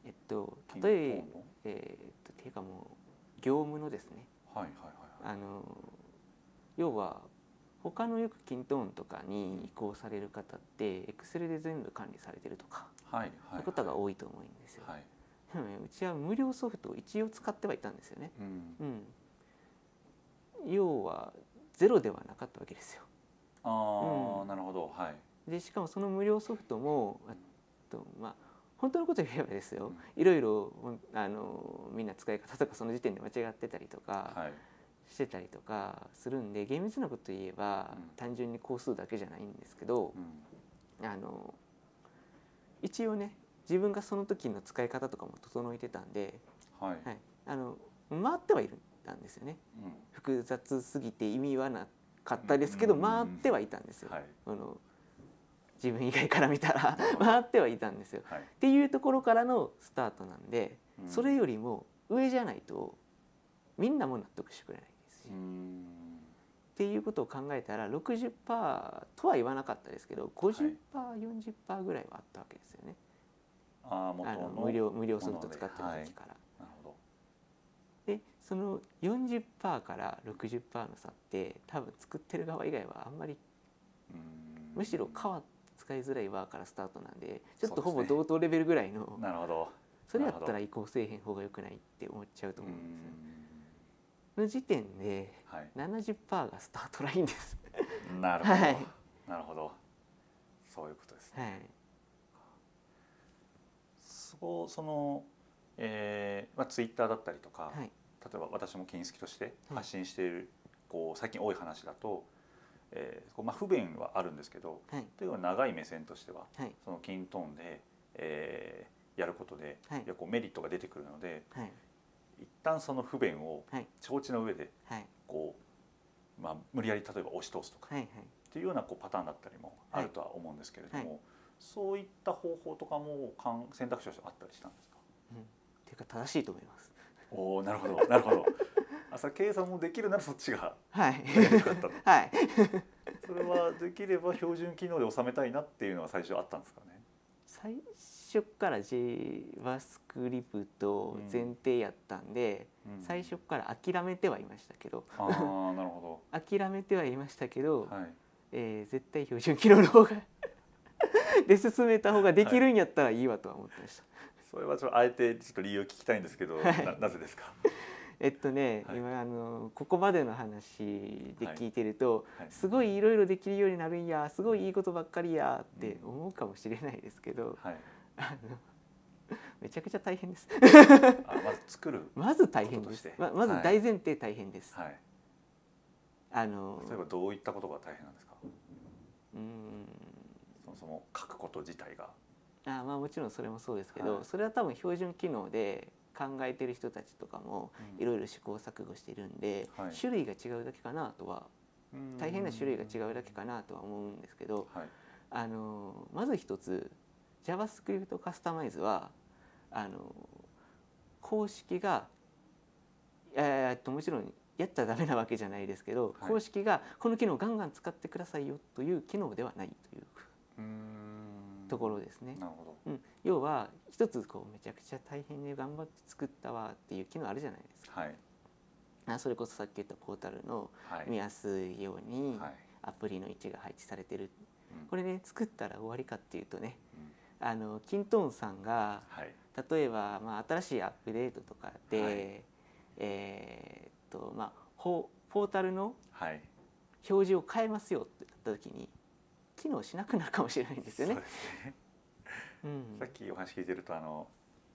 [SPEAKER 2] えっと
[SPEAKER 1] 均等
[SPEAKER 2] 例え
[SPEAKER 1] の
[SPEAKER 2] えーっとっていうかもう業務のですね
[SPEAKER 1] はいはいはいはい。
[SPEAKER 2] あの要は他のよくキントーンとかに移行される方って Excel で全部管理されてるとか
[SPEAKER 1] はい
[SPEAKER 2] そう
[SPEAKER 1] はいいう
[SPEAKER 2] ことが
[SPEAKER 1] い。
[SPEAKER 2] 多いと思うんですよ、
[SPEAKER 1] はい。
[SPEAKER 2] でもねうちは無料ソフトを一応使ってはいたんですよね
[SPEAKER 1] うん。
[SPEAKER 2] うん要はゼロではなかったわけですよ
[SPEAKER 1] ああ、
[SPEAKER 2] うん
[SPEAKER 1] なるほどはい。
[SPEAKER 2] でしかもその無料ソフトもあとまあ本当のこと言えばですよ、
[SPEAKER 1] う
[SPEAKER 2] いろいろほんあのみんな使い方とかその時点で間違ってたりとか
[SPEAKER 1] はい。
[SPEAKER 2] してたりとかするんで、厳密なこと言えば、
[SPEAKER 1] うん
[SPEAKER 2] 単純に工数だけじゃないんですけど
[SPEAKER 1] う、ん。
[SPEAKER 2] あの一応ね自分がその時の使い方とかも整えてたんで、
[SPEAKER 1] はい。
[SPEAKER 2] はい、あの回ってはいるんですよね
[SPEAKER 1] うん。
[SPEAKER 2] 複雑すぎて意味はなかったですけど、
[SPEAKER 1] うん
[SPEAKER 2] 回ってはいたんですよ。
[SPEAKER 1] はい
[SPEAKER 2] あの自分以外から見たら
[SPEAKER 1] なるほど
[SPEAKER 2] 回ってはいたんですよ。
[SPEAKER 1] はい。
[SPEAKER 2] っていうところからのスタートなんで、
[SPEAKER 1] うん
[SPEAKER 2] それよりも上じゃないとみんなも納得してくれないですし、
[SPEAKER 1] うー
[SPEAKER 2] っ
[SPEAKER 1] ん
[SPEAKER 2] ていうことを考えたら60%とは言わなかったですけど 50%40%、40%ぐらいはあったわけですよね
[SPEAKER 1] ああ元
[SPEAKER 2] あ
[SPEAKER 1] の
[SPEAKER 2] の無料無料ソフ
[SPEAKER 1] も
[SPEAKER 2] ト
[SPEAKER 1] ので
[SPEAKER 2] 使ってる時から。
[SPEAKER 1] なるほ
[SPEAKER 2] でその40%から60%の差って多分作ってる側以外はあんまり
[SPEAKER 1] どうーん
[SPEAKER 2] むしろ皮使いづらいバーからスタートなんでちょっとほ
[SPEAKER 1] そう
[SPEAKER 2] ぼ
[SPEAKER 1] ですね
[SPEAKER 2] 同等レベルぐらいの
[SPEAKER 1] なるほど
[SPEAKER 2] それやった
[SPEAKER 1] な
[SPEAKER 2] ら
[SPEAKER 1] る
[SPEAKER 2] 移行せえへん方が良くないって思っちゃうと
[SPEAKER 1] うー
[SPEAKER 2] 思うんですよ。
[SPEAKER 1] ん
[SPEAKER 2] の時点で
[SPEAKER 1] はい
[SPEAKER 2] 70%がスタートラインです。
[SPEAKER 1] なるほど
[SPEAKER 2] はい
[SPEAKER 1] なるほどそういうことですね
[SPEAKER 2] はい。
[SPEAKER 1] そうそのえーまあツイッターだったりとか
[SPEAKER 2] はい。
[SPEAKER 1] 例えば私も金好きとして
[SPEAKER 2] はい
[SPEAKER 1] 発信しているこう最近多い話だとえーこうまあ不便はあるんですけど
[SPEAKER 2] はい。
[SPEAKER 1] というのは長い目線としては
[SPEAKER 2] はい。
[SPEAKER 1] その均等でえーやることで
[SPEAKER 2] はい
[SPEAKER 1] いやこうメリットが出てくるので
[SPEAKER 2] はい。
[SPEAKER 1] 一旦その不便を
[SPEAKER 2] はい
[SPEAKER 1] 承知の上で
[SPEAKER 2] はい。
[SPEAKER 1] こう、まあ、無理やり例えば押し通すとか
[SPEAKER 2] はい。はい。
[SPEAKER 1] っていうようなこうパターンだったりもあるとは思うんですけれども、
[SPEAKER 2] は
[SPEAKER 1] そういった方法とかもかん選択肢としてあったりしたんですか
[SPEAKER 2] うん。っていうか正しいと思います。
[SPEAKER 1] おー なるほ どなるほど朝計算もできるならそっちが
[SPEAKER 2] はい。
[SPEAKER 1] 良かったと
[SPEAKER 2] はい。
[SPEAKER 1] それはできれば標準機能で収めたいなっていうのは最初あったんですかね。
[SPEAKER 2] 最初から JavaScript
[SPEAKER 1] うん
[SPEAKER 2] 前提やったんで、
[SPEAKER 1] うん
[SPEAKER 2] 最初から諦めてはいましたけど
[SPEAKER 1] ああなるほ
[SPEAKER 2] 諦めてはいましたけど、
[SPEAKER 1] ど。はい。
[SPEAKER 2] えー絶対標準機能の方がで進めた方ができるんやったらいいわとは思ってました。
[SPEAKER 1] それはちょっとあえてちょっと理由を聞きたいんですけど、
[SPEAKER 2] はい
[SPEAKER 1] ななぜですか。
[SPEAKER 2] えっとね、
[SPEAKER 1] はい
[SPEAKER 2] 今あのここまでの話で聞いてると、
[SPEAKER 1] はい
[SPEAKER 2] すごいいろいろできるようになるんやすごいいいことばっかりやって思うかもしれないですけど、
[SPEAKER 1] はい。
[SPEAKER 2] あのめちゃくちゃ大変です
[SPEAKER 1] あまず作る。
[SPEAKER 2] まず大変です
[SPEAKER 1] ことと
[SPEAKER 2] ま
[SPEAKER 1] して
[SPEAKER 2] まず
[SPEAKER 1] はい
[SPEAKER 2] 大前提大変です、
[SPEAKER 1] はい。
[SPEAKER 2] あの
[SPEAKER 1] 例えばどういったことが大変なんですか。
[SPEAKER 2] うーん
[SPEAKER 1] そもそも書くこと自体が。
[SPEAKER 2] あまあもちろんそれもそうですけど、
[SPEAKER 1] はい
[SPEAKER 2] それは多分標準機能で考えてる人たちとかもいろいろ試行錯誤してるんで、
[SPEAKER 1] はい
[SPEAKER 2] 種類が違うだけかなとは
[SPEAKER 1] うん
[SPEAKER 2] 大変な種類が違うだけかなとは思うんですけど、
[SPEAKER 1] はい。
[SPEAKER 2] あのまず一つ JavaScript カスタマイズはあの公式がえーっともちろんやっちゃダメなわけじゃないですけど、
[SPEAKER 1] はい
[SPEAKER 2] 公式がこの機能ガンガン使ってくださいよという機能ではないという
[SPEAKER 1] うーん
[SPEAKER 2] ところですね。
[SPEAKER 1] なるほど。
[SPEAKER 2] うん、要は一つこうめちゃくちゃ大変で頑張って作ったわっていう機能あるじゃないですか。
[SPEAKER 1] はい。
[SPEAKER 2] あそれこそさっき言ったポータルの
[SPEAKER 1] はい。
[SPEAKER 2] 見やすいように
[SPEAKER 1] はい。
[SPEAKER 2] アプリの位置が配置されてる
[SPEAKER 1] うん
[SPEAKER 2] これね作ったら終わりかっていうとね
[SPEAKER 1] うん
[SPEAKER 2] あのキントーンさんが
[SPEAKER 1] はい。
[SPEAKER 2] 例えば、まあ、新しいアップデートとかで、
[SPEAKER 1] はい
[SPEAKER 2] えーっとまあほポータルの
[SPEAKER 1] はい。
[SPEAKER 2] 表示を変えますよってなった時に機能しなくなるかもしれないんですよね
[SPEAKER 1] そう。ですね。
[SPEAKER 2] うん
[SPEAKER 1] さっきお話聞いてるとあの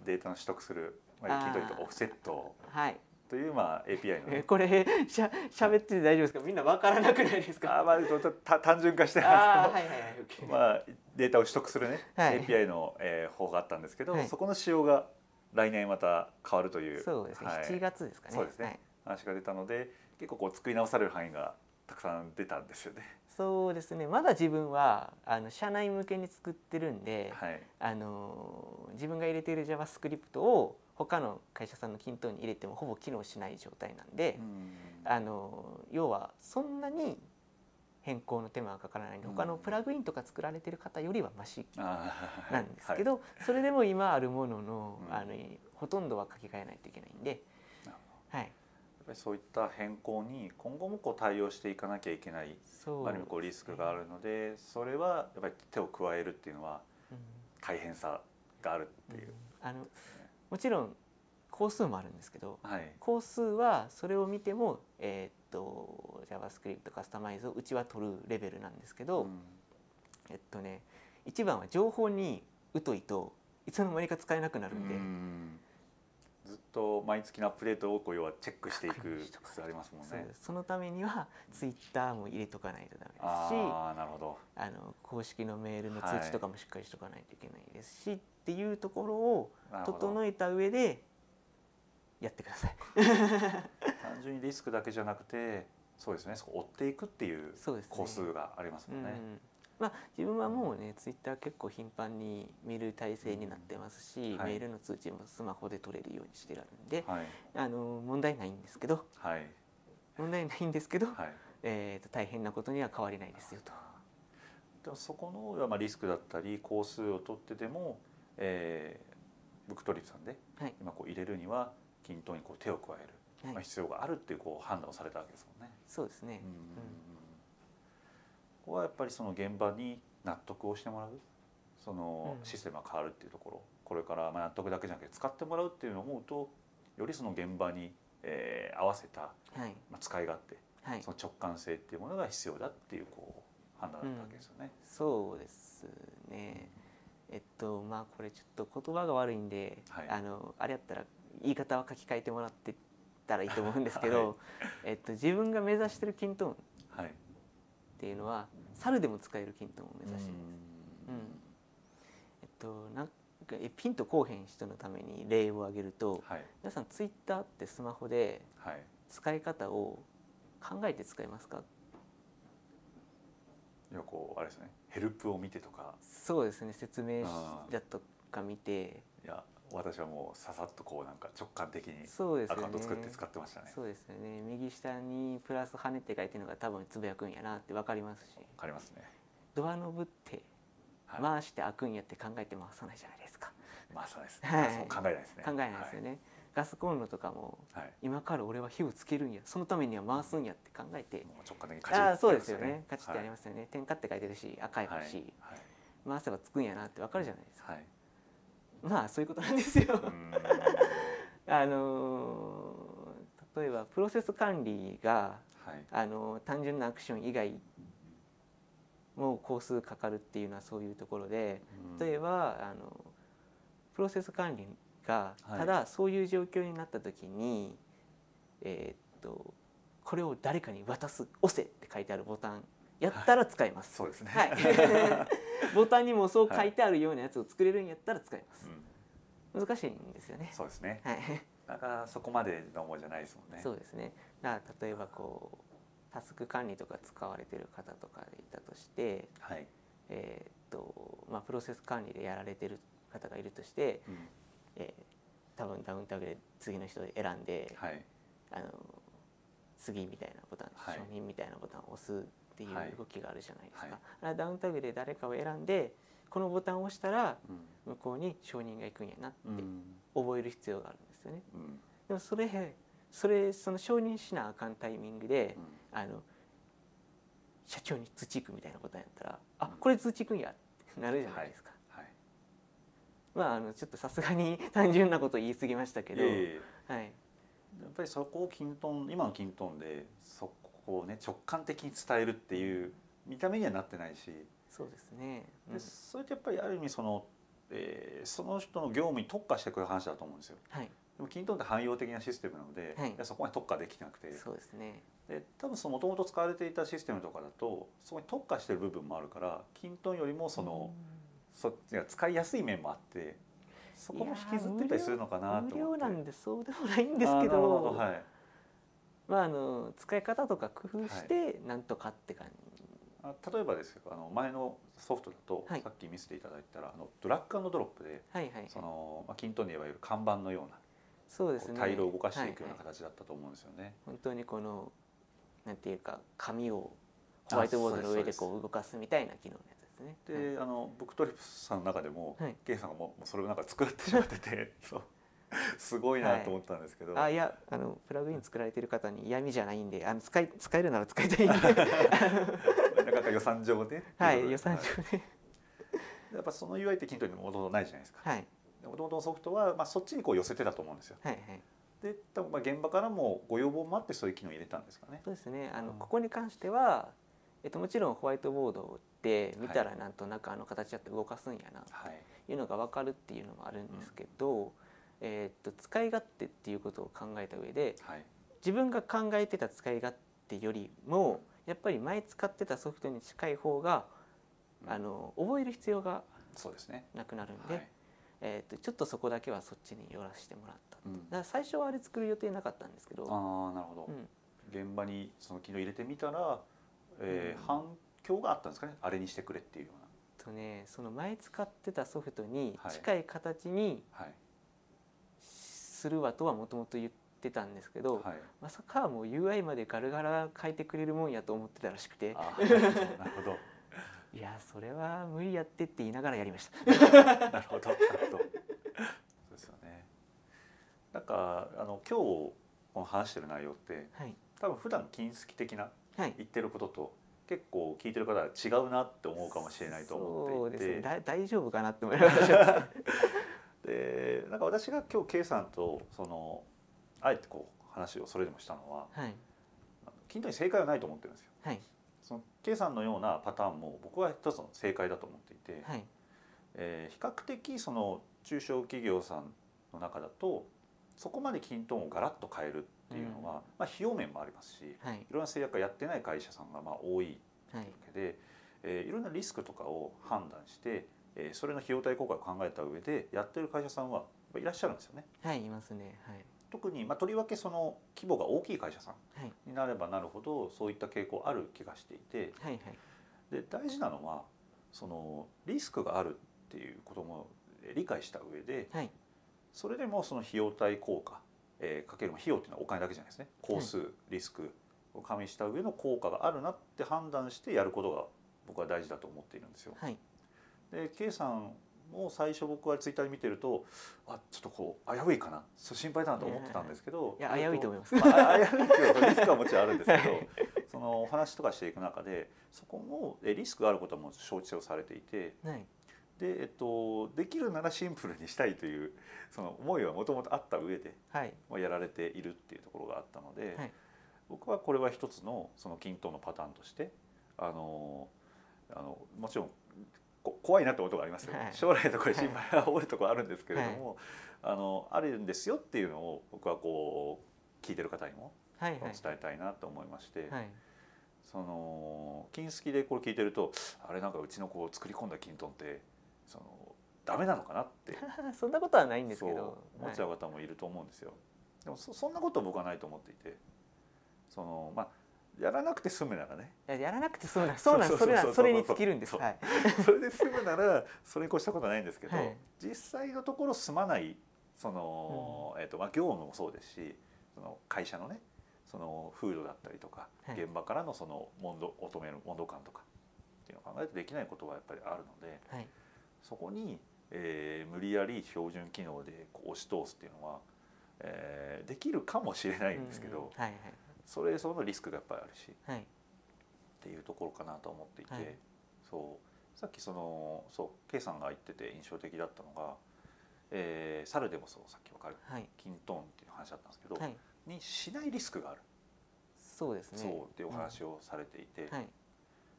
[SPEAKER 1] データの取得する、ま
[SPEAKER 2] あ
[SPEAKER 1] あ、
[SPEAKER 2] ー
[SPEAKER 1] キートとオフセット
[SPEAKER 2] はい、
[SPEAKER 1] というまあ API の
[SPEAKER 2] え
[SPEAKER 1] ね。
[SPEAKER 2] これしゃ喋ってて大丈夫ですかみんなわからなくないですか
[SPEAKER 1] あーまあちょっとた単純化して な
[SPEAKER 2] あー
[SPEAKER 1] ん
[SPEAKER 2] は
[SPEAKER 1] で
[SPEAKER 2] いはいはい
[SPEAKER 1] すけ
[SPEAKER 2] OK
[SPEAKER 1] ど、まあデータを取得するね、
[SPEAKER 2] はい
[SPEAKER 1] API の、えー、方があったんですけど、
[SPEAKER 2] はい
[SPEAKER 1] そこの仕様が来年また変わるという
[SPEAKER 2] そうですね、
[SPEAKER 1] はい
[SPEAKER 2] 7月ですかね
[SPEAKER 1] そうですね
[SPEAKER 2] はい、
[SPEAKER 1] 話が出たので結構こう作り直される範囲がたくさん出たんですよね。
[SPEAKER 2] そうですねまだ自分はあの社内向けに作ってるんで、
[SPEAKER 1] はい、
[SPEAKER 2] あのー自分が入れている JavaScript を他の会社さんの均等に入れてもほぼ機能しない状態なんで、あのー要はそんなに変更の手間がかからないんで
[SPEAKER 1] うん
[SPEAKER 2] 他のプラグインとか作られてる方よりはマシ
[SPEAKER 1] あー
[SPEAKER 2] なんですけ
[SPEAKER 1] は
[SPEAKER 2] ど、それでも今あるものの,、
[SPEAKER 1] うん
[SPEAKER 2] あのほとんどは書き換えないといけないんで
[SPEAKER 1] なる、
[SPEAKER 2] はい、
[SPEAKER 1] いやっぱりそういった変更に今後もこう対応していかなきゃいけない
[SPEAKER 2] そう
[SPEAKER 1] ある意味こうリスクがあるのでそれはやっぱり手を加えるっていうのは
[SPEAKER 2] うん
[SPEAKER 1] 大変さがあるっていう
[SPEAKER 2] うん、あのもちろん工数もあるんですけど、
[SPEAKER 1] はい
[SPEAKER 2] 工数はそれを見ても、えーっと JavaScript カスタマイズをうちは取るレベルなんですけど、
[SPEAKER 1] うん
[SPEAKER 2] えっとね一番は情報に疎いといつの間にか使えなくなるんで、
[SPEAKER 1] うんずっと毎月のアップデートをこう要はチェックしてい
[SPEAKER 2] 確認
[SPEAKER 1] く
[SPEAKER 2] しとか
[SPEAKER 1] 必要ありますもん
[SPEAKER 2] そう
[SPEAKER 1] ね
[SPEAKER 2] で。すそのためには Twitter も入れとかないとダメですし
[SPEAKER 1] ああなるほど。
[SPEAKER 2] あの公式のメールの
[SPEAKER 1] はい
[SPEAKER 2] 通知とかもしっかりしとかないといけないですし、っていうところを
[SPEAKER 1] なるほど
[SPEAKER 2] 整えた上でやってください。
[SPEAKER 1] 単純にリスクだけじゃなくてそうですねそこを追っていくっていう
[SPEAKER 2] そうですね
[SPEAKER 1] 個数がありますもんね
[SPEAKER 2] う。んまあ、自分はもうねツイッター結構頻繁に見る体制になってますし、
[SPEAKER 1] うんはい
[SPEAKER 2] メールの通知もスマホで取れるようにしてあるんで、
[SPEAKER 1] はい
[SPEAKER 2] あの問題ないんですけど
[SPEAKER 1] はい
[SPEAKER 2] 問題ないんですけど、
[SPEAKER 1] はい。
[SPEAKER 2] えー、と大変なことには変わりないですよと。
[SPEAKER 1] でもそこのまあリスクだったり工数を取ってでも、えー、ブックトリップさんで
[SPEAKER 2] はい
[SPEAKER 1] 今こう入れるには均等にこう手を加える、
[SPEAKER 2] はい
[SPEAKER 1] まあ、必要があるっていうこう判断をされたわけですもんね。
[SPEAKER 2] そうですね
[SPEAKER 1] うん、ここはやっぱりその現場に納得をしてもらうその
[SPEAKER 2] うん
[SPEAKER 1] システムが変わるっていうところこれからまあ納得だけじゃなくて使ってもらうっていうのを思うとよりその現場に、えー合わせた、
[SPEAKER 2] はい
[SPEAKER 1] まあ、使い勝手
[SPEAKER 2] はい
[SPEAKER 1] その直感性っていうものが必要だっていうこう判断だったわけですよね。
[SPEAKER 2] そうですねえっとまあこれちょっと言葉が悪いんで、
[SPEAKER 1] はい
[SPEAKER 2] あのあれやったら言い方は書き換えてもらってたらいいと思うんです けど、えっと、自分が目指してるキントーン
[SPEAKER 1] はい
[SPEAKER 2] っていうのは猿でも使えるキントンを目指してる、
[SPEAKER 1] う
[SPEAKER 2] うんんえっとなんかえピンとこうへん人のために例を挙げると
[SPEAKER 1] はい
[SPEAKER 2] 皆さんツイッターってスマホで
[SPEAKER 1] はい
[SPEAKER 2] 使い方を考えて使いますか
[SPEAKER 1] 要はこうあれですねヘルプを見てとか
[SPEAKER 2] そうですね説明し
[SPEAKER 1] あー
[SPEAKER 2] だとか見て
[SPEAKER 1] いや私はもうささっとこうなんか直感的に
[SPEAKER 2] そうです
[SPEAKER 1] ア
[SPEAKER 2] よ
[SPEAKER 1] カ
[SPEAKER 2] ね
[SPEAKER 1] ウント作って使ってましたね。
[SPEAKER 2] そうですよね右下にプラス跳ねって書いてるのが多分つぶやくんやなって分かりますし
[SPEAKER 1] わかりますね。
[SPEAKER 2] ドアノブって
[SPEAKER 1] はい、ま
[SPEAKER 2] 回して開くんやって考えて回さないじゃないですか、
[SPEAKER 1] あそうです、ね。
[SPEAKER 2] はい
[SPEAKER 1] そう考えないですね。
[SPEAKER 2] 考えないですよね、ガスコンロとかも
[SPEAKER 1] はい。はい。
[SPEAKER 2] 今から俺は火をつけるんやそのためには回すんやって考えて
[SPEAKER 1] もう直感的に勝ち。
[SPEAKER 2] ああーそうですよねカチってあり
[SPEAKER 1] ま
[SPEAKER 2] ますよね、点火って書いてるし赤い
[SPEAKER 1] はい。
[SPEAKER 2] 星、し
[SPEAKER 1] はい。
[SPEAKER 2] 回せばつくんやなって分かるじゃないですか、
[SPEAKER 1] はい。
[SPEAKER 2] まあそういうことなんですよ、
[SPEAKER 1] うーん
[SPEAKER 2] あのー例えばプロセス管理が
[SPEAKER 1] はい。
[SPEAKER 2] あの単純なアクション以外も工数かかるっていうのはそういうところで例え
[SPEAKER 1] ば。
[SPEAKER 2] ばあのプロセス管理が
[SPEAKER 1] はい
[SPEAKER 2] ただそういう状況になった時に、えーっとこれを誰かに渡す「押せ」って書いてあるボタンやったら使います。
[SPEAKER 1] そうですね。
[SPEAKER 2] はいボタンにもそう書いてあるようなやつを作れるんやったら使いま
[SPEAKER 1] う
[SPEAKER 2] す。
[SPEAKER 1] ん
[SPEAKER 2] 難しいんですよね。
[SPEAKER 1] そうですね。
[SPEAKER 2] はい
[SPEAKER 1] なかなかそこまでのもんじゃないですもんね。
[SPEAKER 2] そうですね。だから例えばこうタスク管理とか使われてる方とかでいたとして、
[SPEAKER 1] はい。
[SPEAKER 2] えーっとまあプロセス管理でやられてる方がいるとして、
[SPEAKER 1] うん
[SPEAKER 2] えー多分ダウンタグで次の人で選んで、
[SPEAKER 1] はい。
[SPEAKER 2] あの次みたいなボタン、
[SPEAKER 1] はい
[SPEAKER 2] 承認みたいなボタンを押すっていう
[SPEAKER 1] はい
[SPEAKER 2] 動きがあるじゃないですか。
[SPEAKER 1] はい
[SPEAKER 2] あれはダウンタグで誰かを選んでこのボタンを押したら
[SPEAKER 1] うん
[SPEAKER 2] 向こうに承認が行くんやなっ
[SPEAKER 1] う
[SPEAKER 2] て
[SPEAKER 1] ん。
[SPEAKER 2] 覚える必要があるんですよね。
[SPEAKER 1] うん。
[SPEAKER 2] でもそれそれその承認しなあかんタイミングで、あの社長に通知行くみたいなことやったら「あこれ通知行くんや」ってなるじゃないですか。
[SPEAKER 1] はい。
[SPEAKER 2] まああのちょっとさすがに単純なこと言い過ぎましたけど、
[SPEAKER 1] いえいえ
[SPEAKER 2] はい、
[SPEAKER 1] やっぱりそこを均等今の均等でそこをね直感的に伝えるっていう見た目にはなってないし、
[SPEAKER 2] そうですね。うん
[SPEAKER 1] でそれってやっぱりある意味その、えーその人の業務に特化してくる話だと思うんですよ。
[SPEAKER 2] はい、
[SPEAKER 1] でも均等って汎用的なシステムなので、
[SPEAKER 2] はい
[SPEAKER 1] やそこまで特化できてなくて
[SPEAKER 2] そうですね。
[SPEAKER 1] で多分もともと使われていたシステムとかだとそこに特化してる部分もあるから均等よりもその、そっちが使いやすい面もあってそこも引きずってたりするのか
[SPEAKER 2] うん
[SPEAKER 1] なと思って。
[SPEAKER 2] 無料なんでそうでもないん
[SPEAKER 1] あー
[SPEAKER 2] ですけ
[SPEAKER 1] なるほ
[SPEAKER 2] ど
[SPEAKER 1] はい
[SPEAKER 2] まああの使い方とか工夫してなんとかって感じ、
[SPEAKER 1] あ例えばですけどあの前のソフトだと、
[SPEAKER 2] はい
[SPEAKER 1] さっき見せていただいたらあのドラッグドロップで
[SPEAKER 2] はい、はいはい
[SPEAKER 1] その、まあ、均等にいわゆる看板のような
[SPEAKER 2] そうで
[SPEAKER 1] こ
[SPEAKER 2] す
[SPEAKER 1] う
[SPEAKER 2] ね
[SPEAKER 1] タイルを動かしていくよう
[SPEAKER 2] は
[SPEAKER 1] な
[SPEAKER 2] は
[SPEAKER 1] 形だったと思うんですよね。
[SPEAKER 2] 本当にこのなんていうか紙をホワイトボードの上でこう動かすみたいな機能のやつですね。
[SPEAKER 1] であのブックトリップさんの中でも、
[SPEAKER 2] はい
[SPEAKER 1] ゲイさんがもうもうそれをなんか作ってしまって てそうすごいなと思ったんですけど、
[SPEAKER 2] はい、あいやあのプラグイン作られてる方に嫌味じゃないんであの使い使えるなら使 いたいんで、
[SPEAKER 1] なかなか予算上で、
[SPEAKER 2] はい、予算
[SPEAKER 1] はい
[SPEAKER 2] 上で、
[SPEAKER 1] やっぱその UI って均等にもともとないじゃないですか。
[SPEAKER 2] はい
[SPEAKER 1] もともとのソフトは、まあ、そっちにこう寄せてたと思うんですよ。
[SPEAKER 2] はいはい、
[SPEAKER 1] で多分まあ現場からもご要望もあってそういう機能を入れたんですかね。
[SPEAKER 2] そうですねあの
[SPEAKER 1] うん
[SPEAKER 2] ここに関しては、えっと、もちろんホワイトボードで見たらなんとなくあの形だって動かすんやな
[SPEAKER 1] はい
[SPEAKER 2] いうのが分かるっていうのもあるんですけど、えっと使い勝手っていうことを考えた上で
[SPEAKER 1] はい
[SPEAKER 2] 自分が考えてた使い勝手よりもやっぱり前使ってたソフトに近い方が、
[SPEAKER 1] うん
[SPEAKER 2] あの覚える必要が
[SPEAKER 1] そうですね。
[SPEAKER 2] なくなるんで、
[SPEAKER 1] はい。
[SPEAKER 2] えー、とちょっとそこだけはそっちに寄らせてもらった、
[SPEAKER 1] うん
[SPEAKER 2] だから最初はあれ作る予定なかったんですけど、
[SPEAKER 1] ああなるほど
[SPEAKER 2] う。ん、
[SPEAKER 1] 現場にその機能入れてみたら、えー
[SPEAKER 2] うん
[SPEAKER 1] 反響があったんですかね。あれにしてくれっていうよう
[SPEAKER 2] とねその前使ってたソフトに
[SPEAKER 1] はい
[SPEAKER 2] 近い形に
[SPEAKER 1] な。はい
[SPEAKER 2] するわとはもともと言ってたんですけど、
[SPEAKER 1] はい。
[SPEAKER 2] まさかもう UI までガラガラ変えてくれるもんやと思ってたらしくて
[SPEAKER 1] あーなる ほど。
[SPEAKER 2] いやそれは無理やってって言いながらやりました。
[SPEAKER 1] なるほど。なるほど。そうですよね。なんかあの今日この話してる内容って
[SPEAKER 2] はい、
[SPEAKER 1] 多分普段金好き的な
[SPEAKER 2] はい
[SPEAKER 1] 言ってることと結構聞いてる方は違うなって思うかもしれないと思っていて。
[SPEAKER 2] そうですねだ大丈夫かなって思いました、
[SPEAKER 1] でなんか私が今日 K さんとそのあえてこう話をそれでもしたのは
[SPEAKER 2] はい
[SPEAKER 1] 均等に正解はないと思ってるんですよ。
[SPEAKER 2] はい
[SPEAKER 1] その K さんのようなパターンも僕は一つの正解だと思っていて、
[SPEAKER 2] はい
[SPEAKER 1] えー比較的その中小企業さんの中だとそこまで均等をガラッと変えるっていうのは、まあ、費用面もありますしい
[SPEAKER 2] はい
[SPEAKER 1] ろんな制約がやってない会社さんがまあ多い
[SPEAKER 2] はい
[SPEAKER 1] わけで、えーいろんなリスクとかを判断して、えーそれの費用対効果を考えた上でやってる会社さんはまあいらっしゃるんですよね。
[SPEAKER 2] はいいますねはい
[SPEAKER 1] 特に、まあ、とりわけその規模が大きい会社さん
[SPEAKER 2] はい
[SPEAKER 1] になればなるほどそういった傾向ある気がしていて
[SPEAKER 2] はいはい
[SPEAKER 1] で大事なのはそのリスクがあるっていうこともえ理解した上で
[SPEAKER 2] はい
[SPEAKER 1] それでもその費用対効果、えーかけるまあ費用っていうのはお金だけじゃないですね工数、リスクを加味した上の効果があるなって判断してやることが僕は大事だと思っているんですよ。
[SPEAKER 2] はい
[SPEAKER 1] で K さんも最初僕はツイッターで見てるとあちょっとこう危ういかなそう心配だなと思ってたんですけど
[SPEAKER 2] いや危ういと思います
[SPEAKER 1] まあ、危ういっていうかリスクはもちろんあるんですけどそのお話とかしていく中でそこもえリスクがあることはもう承知をされていて
[SPEAKER 2] はい
[SPEAKER 1] で、えっと、できるならシンプルにしたいというその思いはもともとあった上で、
[SPEAKER 2] はい
[SPEAKER 1] まあ、やられているっていうところがあったので、
[SPEAKER 2] はい
[SPEAKER 1] 僕はこれは一つのその均等のパターンとしてあのあのもちろんこ怖いなってことがありますよ、
[SPEAKER 2] はい
[SPEAKER 1] 将来のこれ心配が多いところあるんですけれども、あのあるんですよっていうのを僕はこう聞いてる方にも
[SPEAKER 2] はいはい
[SPEAKER 1] 伝えたいなと思いまして、
[SPEAKER 2] はい
[SPEAKER 1] その金好きでこれ聞いてるとあれなんかうちの子を作り込んだ金トンってそのダメなのかな って
[SPEAKER 2] そんなことはないんですけ
[SPEAKER 1] そう
[SPEAKER 2] ど
[SPEAKER 1] 思っちゃう方もいると思うんですよ。でもそそんなことは僕はないと思っていてそのまあやらなくて済むならね
[SPEAKER 2] はいいややらなくてそうなん そうなん
[SPEAKER 1] そう
[SPEAKER 2] そ
[SPEAKER 1] そう
[SPEAKER 2] れ
[SPEAKER 1] そうそ
[SPEAKER 2] な
[SPEAKER 1] うん
[SPEAKER 2] それに尽きるんです
[SPEAKER 1] そう
[SPEAKER 2] はい
[SPEAKER 1] それで済むならそれに越したことはないんですけど、
[SPEAKER 2] はい
[SPEAKER 1] 実際のところ済まないその、えっとまあ、業務もそうですしその会社のねその風土だったりとか、
[SPEAKER 2] はい
[SPEAKER 1] 現場からのその問答求める問答感とかっていうのを考えてできないことはやっぱりあるので
[SPEAKER 2] はい
[SPEAKER 1] そこに、えー無理やり標準機能でこう押し通すっていうのは、えーできるかもしれないんですけど、
[SPEAKER 2] うんうんはい
[SPEAKER 1] それそのリスクがやっぱりあるしっ
[SPEAKER 2] はいはい
[SPEAKER 1] ていうところかなと思っていて、
[SPEAKER 2] はい
[SPEAKER 1] そうさっきそのそう K さんが言ってて印象的だったのが、えー、猿でもそうさっき分かる
[SPEAKER 2] はい
[SPEAKER 1] キントーンっていう話だったんですけど、
[SPEAKER 2] はい
[SPEAKER 1] にしないリスクがある、
[SPEAKER 2] そうですね
[SPEAKER 1] そうっていうお話をされていて、
[SPEAKER 2] はい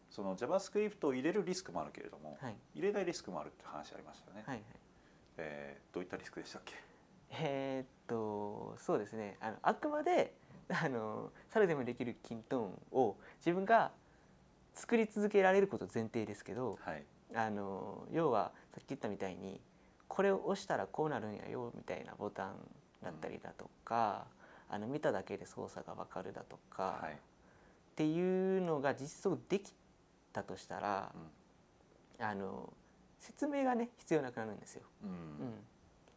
[SPEAKER 1] その JavaScript を入れるリスクもあるけれども、
[SPEAKER 2] はい
[SPEAKER 1] 入れないリスクもあるって話ありましたよね、
[SPEAKER 2] はいはい
[SPEAKER 1] えーどういったリスクでしたっけ
[SPEAKER 2] えーっとそうですねあのあくまで あの猿でもできるキントーンを自分が作り続けられること前提ですけど
[SPEAKER 1] はい
[SPEAKER 2] あの要はさっき言ったみたいにこれを押したらこうなるんやよみたいなボタンだったりだとか、あの見ただけで操作がわかるだとか、
[SPEAKER 1] はい
[SPEAKER 2] っていうのが実装できたとしたら
[SPEAKER 1] う、
[SPEAKER 2] あの説明がね必要なくなるんですよ。
[SPEAKER 1] うん、
[SPEAKER 2] うん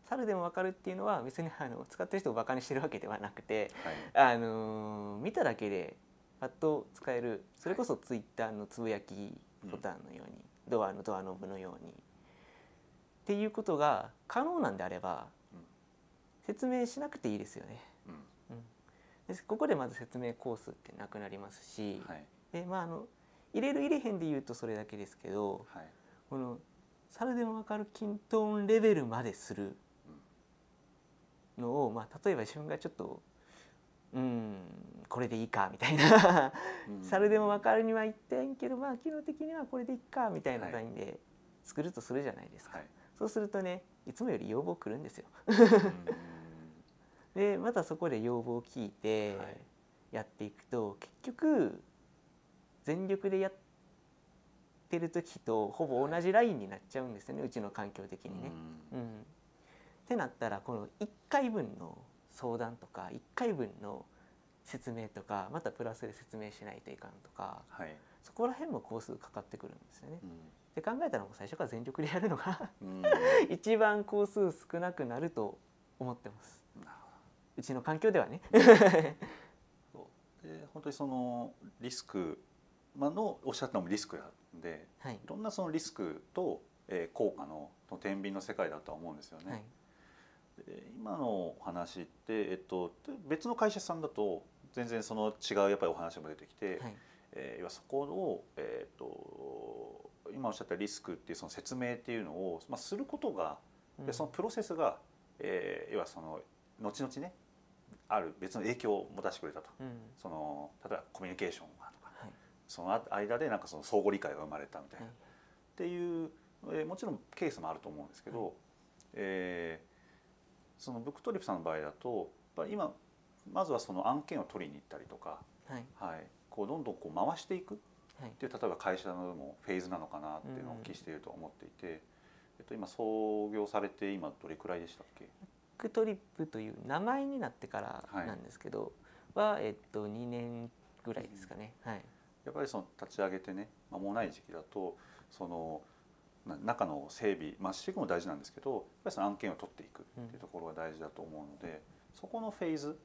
[SPEAKER 2] 猿でもわかるっていうのは別にあの使ってる人をバカにしてるわけではなくて、
[SPEAKER 1] はい
[SPEAKER 2] あのー見ただけでパッと使えるそれこそツイッターのつぶやきボタンのように、ドアのドアノブのようにっていうことが可能なんであれば、
[SPEAKER 1] うん
[SPEAKER 2] 説明しなくていいですよね。
[SPEAKER 1] うん
[SPEAKER 2] でここでまず説明コースってなくなりますし、
[SPEAKER 1] はい
[SPEAKER 2] でまああの入れる入れへんで言うとそれだけですけど
[SPEAKER 1] はい
[SPEAKER 2] この「猿でもわかる均等レベルまでする」のを、まあ、例えば自分がちょっとうんこれでいいかみたいな
[SPEAKER 1] うん
[SPEAKER 2] 猿でも分かるには言ってんけどまあ機能的にはこれでいいかみたいなラインで作るとするじゃないですか、
[SPEAKER 1] はい
[SPEAKER 2] そうするとねいつもより要望来るんですよ。
[SPEAKER 1] うん
[SPEAKER 2] でまたそこで要望を聞いて
[SPEAKER 1] はい
[SPEAKER 2] やっていくと、結局全力でやってる時とほぼ同じラインになっちゃうんですよね、うちの環境的にね。うんってなったらこの1回分の相談とか1回分の説明とかまたプラスで説明しないといかんとか
[SPEAKER 1] はい。
[SPEAKER 2] そこら辺も工数かかってくるんですよね。で考えたらもう最初から全力でやるのが
[SPEAKER 1] うん。
[SPEAKER 2] 一番工数少なくなると思ってます。うちの環境ではね。
[SPEAKER 1] で本当にそのリスク、まあ、のおっしゃったのもリスクなんで
[SPEAKER 2] はい
[SPEAKER 1] いろんなそのリスクと、えー、効果のの天秤の世界だとは思うんですよね。
[SPEAKER 2] はい
[SPEAKER 1] で今のお話って、えっと、別の会社さんだと全然その違うやっぱりお話も出てきて、
[SPEAKER 2] はい
[SPEAKER 1] えー要はそこを、えー、と今おっしゃったリスクっていうその説明っていうのを、まあ、することが
[SPEAKER 2] うん
[SPEAKER 1] でそのプロセスが、えー要はその後々ねある別の影響をもたしてくれたと
[SPEAKER 2] うん
[SPEAKER 1] その例えばコミュニケーションがとか
[SPEAKER 2] はい
[SPEAKER 1] その間でなんかその相互理解が生まれたみたいな、
[SPEAKER 2] はい
[SPEAKER 1] っていう、えーもちろんケースもあると思うんですけど、
[SPEAKER 2] はい
[SPEAKER 1] えーそのブックトリップさんの場合だとやっぱり今まずはその案件を取りに行ったりとか、
[SPEAKER 2] はい
[SPEAKER 1] はい、こうどんどんこう回していく
[SPEAKER 2] はい
[SPEAKER 1] っていう例えば会社のもフェーズなのかなっていうのをお聞きしていると思っていて、えっと、今創業されて今どれくらいでしたっけ
[SPEAKER 2] クトリップという名前になってからなんですけど、はえっと2年ぐらいですかね。はい
[SPEAKER 1] やっぱりその立ち上げてね間もない時期だとそのな中の整備、まあ、していくも大事なんですけどやっぱりその案件を取っていくっていうところが大事だと思うので、そこのフェーズ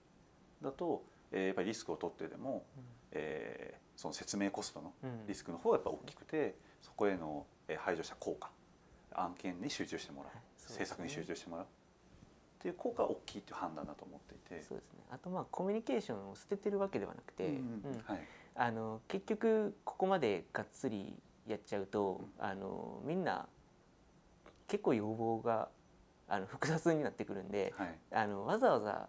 [SPEAKER 1] だと、えーやっぱりリスクを取ってでも、えーその説明コストの
[SPEAKER 2] うん
[SPEAKER 1] リスクの方がやっぱ大きくてそこへのえー排除した効果案件に集中してもらう
[SPEAKER 2] はいそうですね
[SPEAKER 1] 政策に集中してもらうっていう効果が大きいっていう判断だと思っていて。
[SPEAKER 2] そうですねあとまあコミュニケーションを捨ててるわけではなくて、
[SPEAKER 1] うん
[SPEAKER 2] うん
[SPEAKER 1] はい
[SPEAKER 2] あの結局ここまでがっつりやっちゃうと、あのみんな結構要望があの複雑になってくるんで
[SPEAKER 1] はい
[SPEAKER 2] あのわざわざ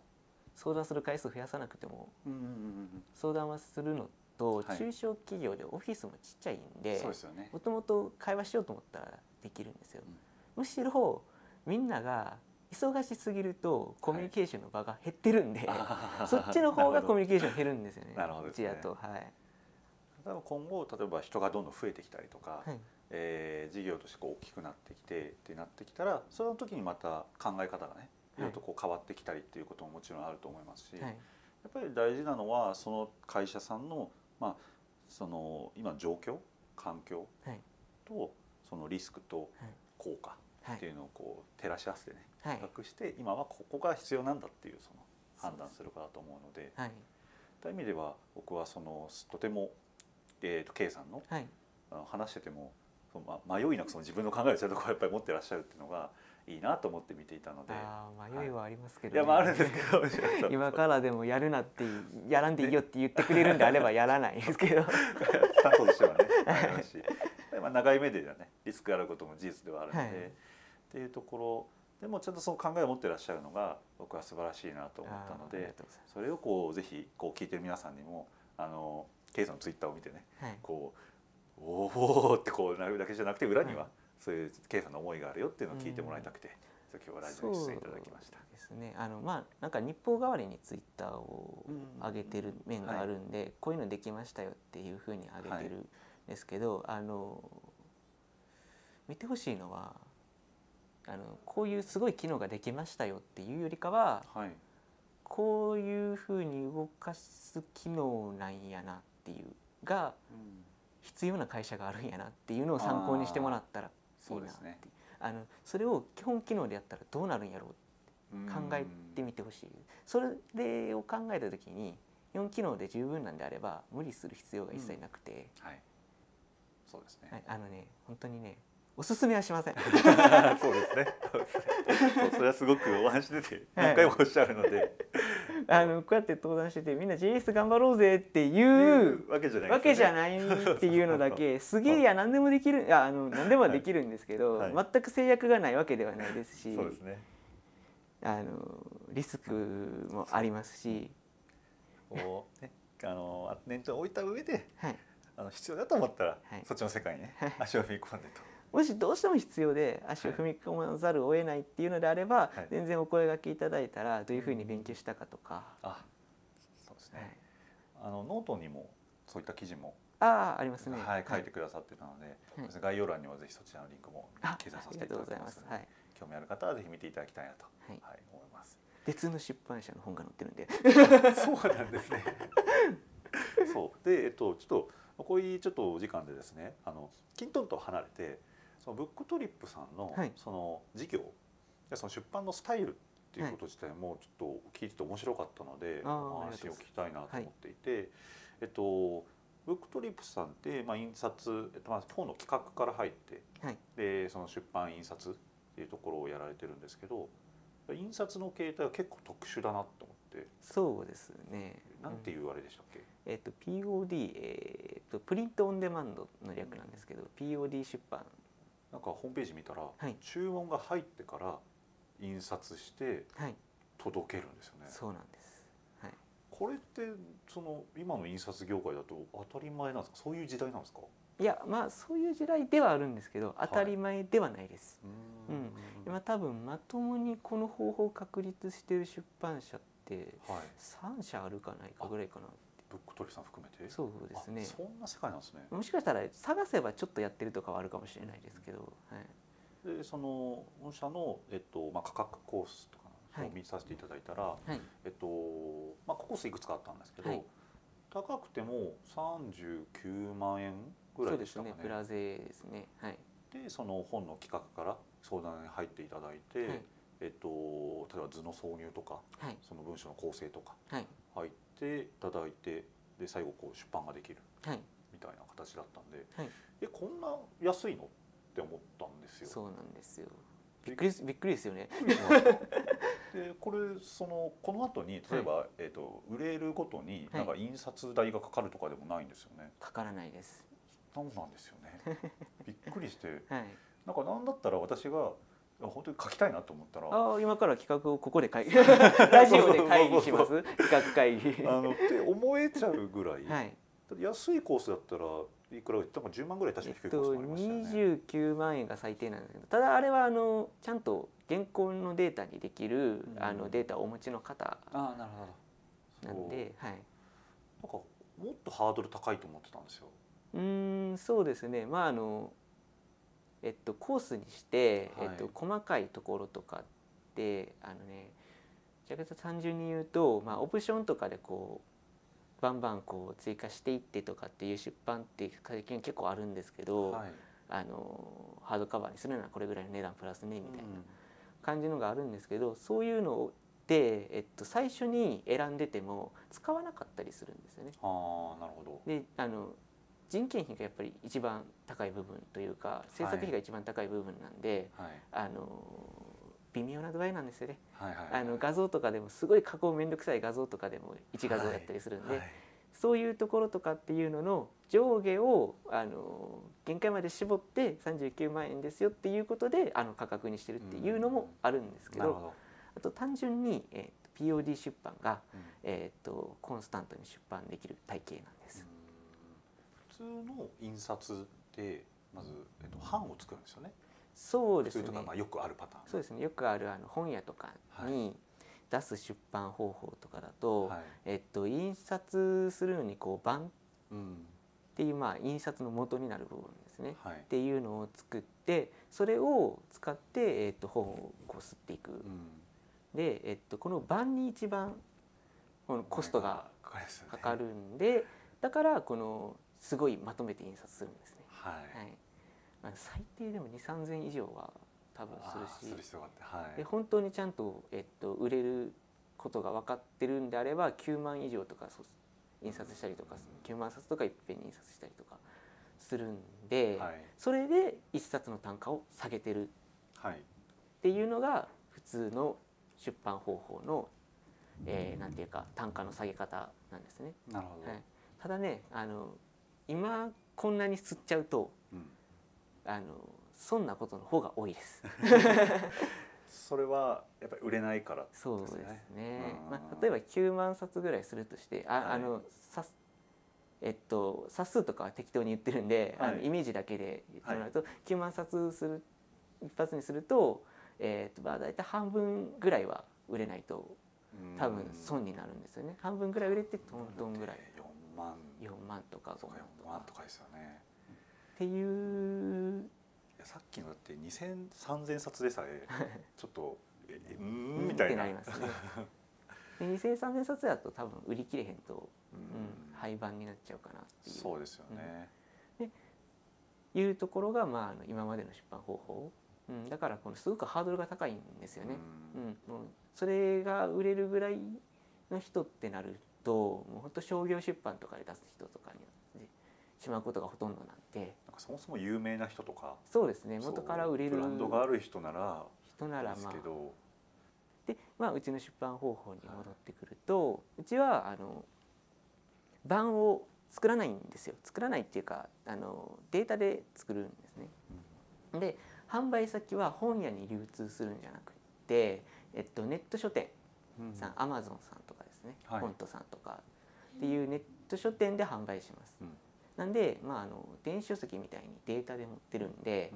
[SPEAKER 2] 相談する回数増やさなくても
[SPEAKER 1] うんうんうん
[SPEAKER 2] 相談はするのと、
[SPEAKER 1] はい
[SPEAKER 2] 中小企業でオフィスもちっちゃいん
[SPEAKER 1] うん
[SPEAKER 2] で
[SPEAKER 1] そうですよね。
[SPEAKER 2] もともと会話しようと思ったらできるんですよ。
[SPEAKER 1] うん
[SPEAKER 2] むしろみんなが忙しすぎるとコミュニケーションの場が減ってるんで、 そっちの 方がコミュニケーション減るんですよね。
[SPEAKER 1] なるほど
[SPEAKER 2] うちだと、はい。
[SPEAKER 1] 多分今後例えば人がどんどん増えてきたりとか、
[SPEAKER 2] はい
[SPEAKER 1] えー事業としてこう大きくなってきてってなってきたらその時にまた考え方がねいろいろとこう変わってきたりっていうことももちろんあると思いますし、や
[SPEAKER 2] はい
[SPEAKER 1] っぱり大事なのはその会社さんの,、まあ、その今状況環境
[SPEAKER 2] はい
[SPEAKER 1] とそのリスクと
[SPEAKER 2] はい
[SPEAKER 1] 効果
[SPEAKER 2] は
[SPEAKER 1] ってい
[SPEAKER 2] い、
[SPEAKER 1] うのをこう照らし合わせてね
[SPEAKER 2] はい
[SPEAKER 1] 比、較して今はここが必要なんだっていうその判断
[SPEAKER 2] そうです
[SPEAKER 1] るかだと思うので。
[SPEAKER 2] はい、
[SPEAKER 1] そういう意味では僕はそのとても、えー、と K さんの
[SPEAKER 2] はい、
[SPEAKER 1] あの話しててもその、ま、迷いなくその自分の考えをちゃんとこうやっぱり持ってらっしゃるっていうのがいいなと思って見ていたので
[SPEAKER 2] ああ、迷いはありますけ
[SPEAKER 1] い
[SPEAKER 2] ど、
[SPEAKER 1] やまああるんですけど
[SPEAKER 2] 今からでもやるなって、やらんでいいよって言ってくれるんであればやらないです けど。
[SPEAKER 1] 担当としては ねあれだしでまあ長い目ではねリスクがあることも事実ではあるので、
[SPEAKER 2] はい
[SPEAKER 1] っていうところでもちゃんとその考えを持ってらっしゃるのが僕は素晴らしいなと思ったの
[SPEAKER 2] あーありが
[SPEAKER 1] で
[SPEAKER 2] とうございま
[SPEAKER 1] それをこうぜひこう聞いてる皆さんにもあの K さんのツイッターを見てね
[SPEAKER 2] すはい、
[SPEAKER 1] こうおおってこうなるだけじゃなくて裏には
[SPEAKER 2] はい
[SPEAKER 1] そういう K さんの思いがあるよっていうのを聞いてもらいたくて、そう今日はラジオに出演いただきました
[SPEAKER 2] そ。うですね。あのまあなんか日報代わりにツイッターを上げてる面があるんで、こういうのできましたよっていうふうに上げてるんですけど、あの見てほしいのはあのこういうすごい機能ができましたよっていうよりかは
[SPEAKER 1] はい、
[SPEAKER 2] こういうふうに動かす機能なんやなっていうが必要な会社があるんやなっていうのを参考にしてもらったらいい
[SPEAKER 1] そう
[SPEAKER 2] な
[SPEAKER 1] で
[SPEAKER 2] っ
[SPEAKER 1] す
[SPEAKER 2] て
[SPEAKER 1] ね
[SPEAKER 2] あのそれを基本機能でやったらどうなるんやろう考えてみてほしいそれを考えた時に4機能で十分なんであれば無理する必要が一切なくて、
[SPEAKER 1] うんはい、そうですね、
[SPEAKER 2] はいあのね本当にねおすすめはしません
[SPEAKER 1] そうですねそうですねそうそれはすごくお話出て
[SPEAKER 2] はい
[SPEAKER 1] 何回もおっしゃるので、
[SPEAKER 2] あのこうやって登壇しててみんな JS 頑張ろうぜって
[SPEAKER 1] い
[SPEAKER 2] いう
[SPEAKER 1] うわけじゃない
[SPEAKER 2] わけじゃ
[SPEAKER 1] い
[SPEAKER 2] ないっていうのだけすげえや何でもできるいやあの何でもできるんですけど、
[SPEAKER 1] はい
[SPEAKER 2] 全く制約がないわけではないですし
[SPEAKER 1] そうですね
[SPEAKER 2] あのリスクもありますし、
[SPEAKER 1] こうねあの年長を置いた上で
[SPEAKER 2] はい、
[SPEAKER 1] あの必要だと思ったら、
[SPEAKER 2] はい
[SPEAKER 1] そっちの世界にね、
[SPEAKER 2] はい
[SPEAKER 1] 足を踏み込んでと
[SPEAKER 2] もしどうしても必要で足を
[SPEAKER 1] はい
[SPEAKER 2] 踏み込まざるを得ないっていうのであれば、
[SPEAKER 1] はい
[SPEAKER 2] 全然お声がけいただいたらどういうふうに勉強したかとか、
[SPEAKER 1] あそうですね、
[SPEAKER 2] は
[SPEAKER 1] あ
[SPEAKER 2] い
[SPEAKER 1] のノートにもそういった記事も、
[SPEAKER 2] ああありますね。
[SPEAKER 1] はい、書いてくださってたので、
[SPEAKER 2] はい
[SPEAKER 1] 概要欄にはぜひそちらのリンクも
[SPEAKER 2] あ
[SPEAKER 1] 掲載さ
[SPEAKER 2] あ
[SPEAKER 1] せて
[SPEAKER 2] りが
[SPEAKER 1] いた
[SPEAKER 2] と
[SPEAKER 1] だ
[SPEAKER 2] うご
[SPEAKER 1] き
[SPEAKER 2] ざい
[SPEAKER 1] ま
[SPEAKER 2] ますす
[SPEAKER 1] の。で
[SPEAKER 2] はい、
[SPEAKER 1] 興味ある方はぜひ見ていただきたいなと、
[SPEAKER 2] は
[SPEAKER 1] はいい思います。
[SPEAKER 2] 別の出版社の本が載ってるんで、
[SPEAKER 1] そうなんですね。そうでえっとちょっとこういうちょっとお時間でですねあのキントンと離れてそのブックトリップさんの、
[SPEAKER 2] はい
[SPEAKER 1] その事業やその出版のスタイルっていうこと自体もちょっと聞いてて面白かったので、
[SPEAKER 2] あー
[SPEAKER 1] お
[SPEAKER 2] ありがと
[SPEAKER 1] 話
[SPEAKER 2] う
[SPEAKER 1] を聞
[SPEAKER 2] ございます
[SPEAKER 1] きたいなと思っていて、えっとブックトリップさんってまあ印刷えっとまあ本の企画から入って
[SPEAKER 2] はい、
[SPEAKER 1] でその出版印刷っていうところをやられてるんですけど印刷の形態は結構特殊だなと思って
[SPEAKER 2] そうですね。
[SPEAKER 1] なんて
[SPEAKER 2] う
[SPEAKER 1] い
[SPEAKER 2] ん
[SPEAKER 1] うあれでしたっけ、
[SPEAKER 2] えっ、と POD えっ、とプリントオンデマンドの略なんですけど、POD 出版
[SPEAKER 1] なんかホームページ見たら、
[SPEAKER 2] はい
[SPEAKER 1] 注文が入ってから印刷して
[SPEAKER 2] はい、
[SPEAKER 1] 届けるんですよね
[SPEAKER 2] そうなんです。はい。
[SPEAKER 1] これってその今の印刷業界だと当たり前なんですかそういう時代なんですか
[SPEAKER 2] いやまあそういう時代ではあるんですけど当たり前ではないです。
[SPEAKER 1] う
[SPEAKER 2] うん今多分まともにこの方法を確立してる出版社って
[SPEAKER 1] はい
[SPEAKER 2] 3社あるかないかぐらいかな
[SPEAKER 1] ブックトリさん含めて
[SPEAKER 2] そうですね
[SPEAKER 1] あそんな世界なんですね
[SPEAKER 2] もしかしたら探せばちょっとやってるとかはあるかもしれないですけど、はい、
[SPEAKER 1] でその御社の、えっとまあ、価格コースとか
[SPEAKER 2] はい
[SPEAKER 1] を見させていただいたら、
[SPEAKER 2] はい
[SPEAKER 1] えっとまあ、コースいくつかあったんですけど、
[SPEAKER 2] はい
[SPEAKER 1] 高くても39万円ぐ
[SPEAKER 2] そ
[SPEAKER 1] ら
[SPEAKER 2] う
[SPEAKER 1] い
[SPEAKER 2] で
[SPEAKER 1] でし
[SPEAKER 2] す
[SPEAKER 1] たかね
[SPEAKER 2] ねプラゼですねはい
[SPEAKER 1] でその本の企画から相談に入っていただいて、
[SPEAKER 2] はい
[SPEAKER 1] えっと、例えば図の挿入とか
[SPEAKER 2] はい
[SPEAKER 1] その文章の構成とか
[SPEAKER 2] はい
[SPEAKER 1] 入っていただいてで最後こう出版ができる
[SPEAKER 2] はい
[SPEAKER 1] みたいな形だったんで、
[SPEAKER 2] はい
[SPEAKER 1] えこんな安いのって思ったんですよ。
[SPEAKER 2] そうなんですよびっくりすびっくりですよね
[SPEAKER 1] びっくりしましたでこれそのこの後に例えば、えっと売れるごとに
[SPEAKER 2] は
[SPEAKER 1] ないんか印刷代がかかるとかでもないんですよね。
[SPEAKER 2] かからないです
[SPEAKER 1] そうなんですよ ね。びっくりして
[SPEAKER 2] はい
[SPEAKER 1] なんかなんだったら私がいや本当に書きたいなと思ったらあ
[SPEAKER 2] ああ今から企画をここで会議ラジオで会議します企画会議は
[SPEAKER 1] のって思えちゃう ぐらい、
[SPEAKER 2] い
[SPEAKER 1] だって安いコースだったらいくら多分10万ぐらい確
[SPEAKER 2] え
[SPEAKER 1] か低
[SPEAKER 2] っ
[SPEAKER 1] いコース
[SPEAKER 2] と
[SPEAKER 1] もありましたよね。
[SPEAKER 2] 29万円が最低なんですけどただあれはあのちゃんと現行のデータにできる
[SPEAKER 1] うん
[SPEAKER 2] あのデータをお持ちの方
[SPEAKER 1] ああなるほど
[SPEAKER 2] なんではい
[SPEAKER 1] なんかもっとハードル高いと思ってたんですよ。
[SPEAKER 2] うーんそうですねまああのえっとコースにして、
[SPEAKER 1] はい
[SPEAKER 2] えっと、細かいところとかってあのねじゃあ単純に言うと、まあ、オプションとかでこうバンバンこう追加していってとかっていう出版っていう経験結構あるんですけど、
[SPEAKER 1] はい。
[SPEAKER 2] あのハードカバーにするならこれぐらいの値段プラスねみたいな。
[SPEAKER 1] うん
[SPEAKER 2] 感じのがあるんですけどそういうので、えっと、最初に選んでても使わなかったりするんですよね。
[SPEAKER 1] ああなるほど。
[SPEAKER 2] であの人件費がやっぱり一番高い部分というか制作費が一番高い部分なんで、
[SPEAKER 1] はい
[SPEAKER 2] あの微妙な具合なんですよね、
[SPEAKER 1] はいはい。
[SPEAKER 2] あの画像とかでもすごい加工面倒くさい画像とかでも1画像やったりするんで、
[SPEAKER 1] はい
[SPEAKER 2] そういうところとかっていうのの上下をあの限界まで絞って39万円ですよっていうことであの価格にしてるっていうのもあるんですけ
[SPEAKER 1] な
[SPEAKER 2] ど
[SPEAKER 1] るほど。
[SPEAKER 2] あと単純に、えー POD 出版が、
[SPEAKER 1] うん
[SPEAKER 2] えー、とコンスタントに出版できる体系なんです。
[SPEAKER 1] 普通の印刷でまず、えっと、版を作るんですよね。
[SPEAKER 2] そう
[SPEAKER 1] 普
[SPEAKER 2] です
[SPEAKER 1] 通
[SPEAKER 2] ね
[SPEAKER 1] とか、まあ、よくあるパターン。
[SPEAKER 2] そうですねよくあるあの本屋とかに出す出版方法とかだと,、
[SPEAKER 1] はい。
[SPEAKER 2] えっと印刷するのにこう版っ
[SPEAKER 1] うん。
[SPEAKER 2] ていう、まあ、印刷の元になる部分ですね。
[SPEAKER 1] はい
[SPEAKER 2] っ。ていうのを作ってそれを使って、えっと本をこう吸っていく。
[SPEAKER 1] うん。
[SPEAKER 2] で、えっとこの版に一番このコストが
[SPEAKER 1] かかるんですよね
[SPEAKER 2] かか。るんでだからこのすごいまとめて印刷するんですね。
[SPEAKER 1] はい。
[SPEAKER 2] はいまあ、最低でも2 3 0 0 0以上は多分
[SPEAKER 1] あー
[SPEAKER 2] するし
[SPEAKER 1] する必要があって、はい。
[SPEAKER 2] で本当にちゃんと、えっと、売れることが分かってるんであれば9万以上とかそう印刷したりとか9万冊とかいっぺんに印刷したりとかするんで、
[SPEAKER 1] はい。
[SPEAKER 2] それで1冊の単価を下げてる
[SPEAKER 1] はい。
[SPEAKER 2] っていうのが普通の出版方法の、えーなんていうか単価の下げ方なんですね。
[SPEAKER 1] なるほど。
[SPEAKER 2] はい、ただねあの今こんなに吸っちゃうと
[SPEAKER 1] うん。
[SPEAKER 2] あの損なことの方が多 いです。
[SPEAKER 1] それはやっぱり売れないからです
[SPEAKER 2] そうですね
[SPEAKER 1] うん
[SPEAKER 2] まあ、例えば9万冊ぐらいするとしてあ、
[SPEAKER 1] はい
[SPEAKER 2] あのさすえっと、冊数とかは適当に言ってるんで、あ
[SPEAKER 1] は
[SPEAKER 2] の
[SPEAKER 1] い
[SPEAKER 2] イメージだけで言ってもらうと、9万冊する一発にすると,、えっとまあ、大体半分ぐらいは売れないと
[SPEAKER 1] うん
[SPEAKER 2] 多分損になるんですよね半分ぐらい売れてトントンぐらい
[SPEAKER 1] 四万
[SPEAKER 2] 4万とか
[SPEAKER 1] と
[SPEAKER 2] 5
[SPEAKER 1] か
[SPEAKER 2] 万と
[SPEAKER 1] 四
[SPEAKER 2] か
[SPEAKER 1] 万とかですよね。
[SPEAKER 2] っていう
[SPEAKER 1] いやさっきのだって二千三千冊でさ えちょっとええうーんみ
[SPEAKER 2] ったて
[SPEAKER 1] いな。
[SPEAKER 2] なりますね。で2000、3000冊だと多分売り切れへんと、
[SPEAKER 1] う
[SPEAKER 2] うんん、廃盤になっちゃうかなっていう
[SPEAKER 1] そうですよね。
[SPEAKER 2] いうところが、まあ、あの今までの出版方法、うん、だからこのすごくハードルが高いんですよね。う
[SPEAKER 1] うん
[SPEAKER 2] んもうそれが売れるぐらいの人ってなるともう本当商業出版とかで出す人とかになってしまうことがほとんどなんで
[SPEAKER 1] なんかそもそも有名な人とか、
[SPEAKER 2] そうですね元から売れ
[SPEAKER 1] そう
[SPEAKER 2] る
[SPEAKER 1] ブランドがある人なら
[SPEAKER 2] 人なら
[SPEAKER 1] です
[SPEAKER 2] まあ
[SPEAKER 1] けど、
[SPEAKER 2] で、まあ、うちの出版方法に戻ってくると、うちはあの版を作らないんですよ作らないっていうかあのデータで作るんですね。で販売先は本屋に流通するんじゃなくって、えっと、ネット書店
[SPEAKER 1] うん
[SPEAKER 2] さん、アマゾンさんとかですね、
[SPEAKER 1] はい
[SPEAKER 2] フォントさんとかっていうネット書店で販売します。
[SPEAKER 1] うん
[SPEAKER 2] なんで、まあ、あの電子書籍みたいにデータで持ってるんで、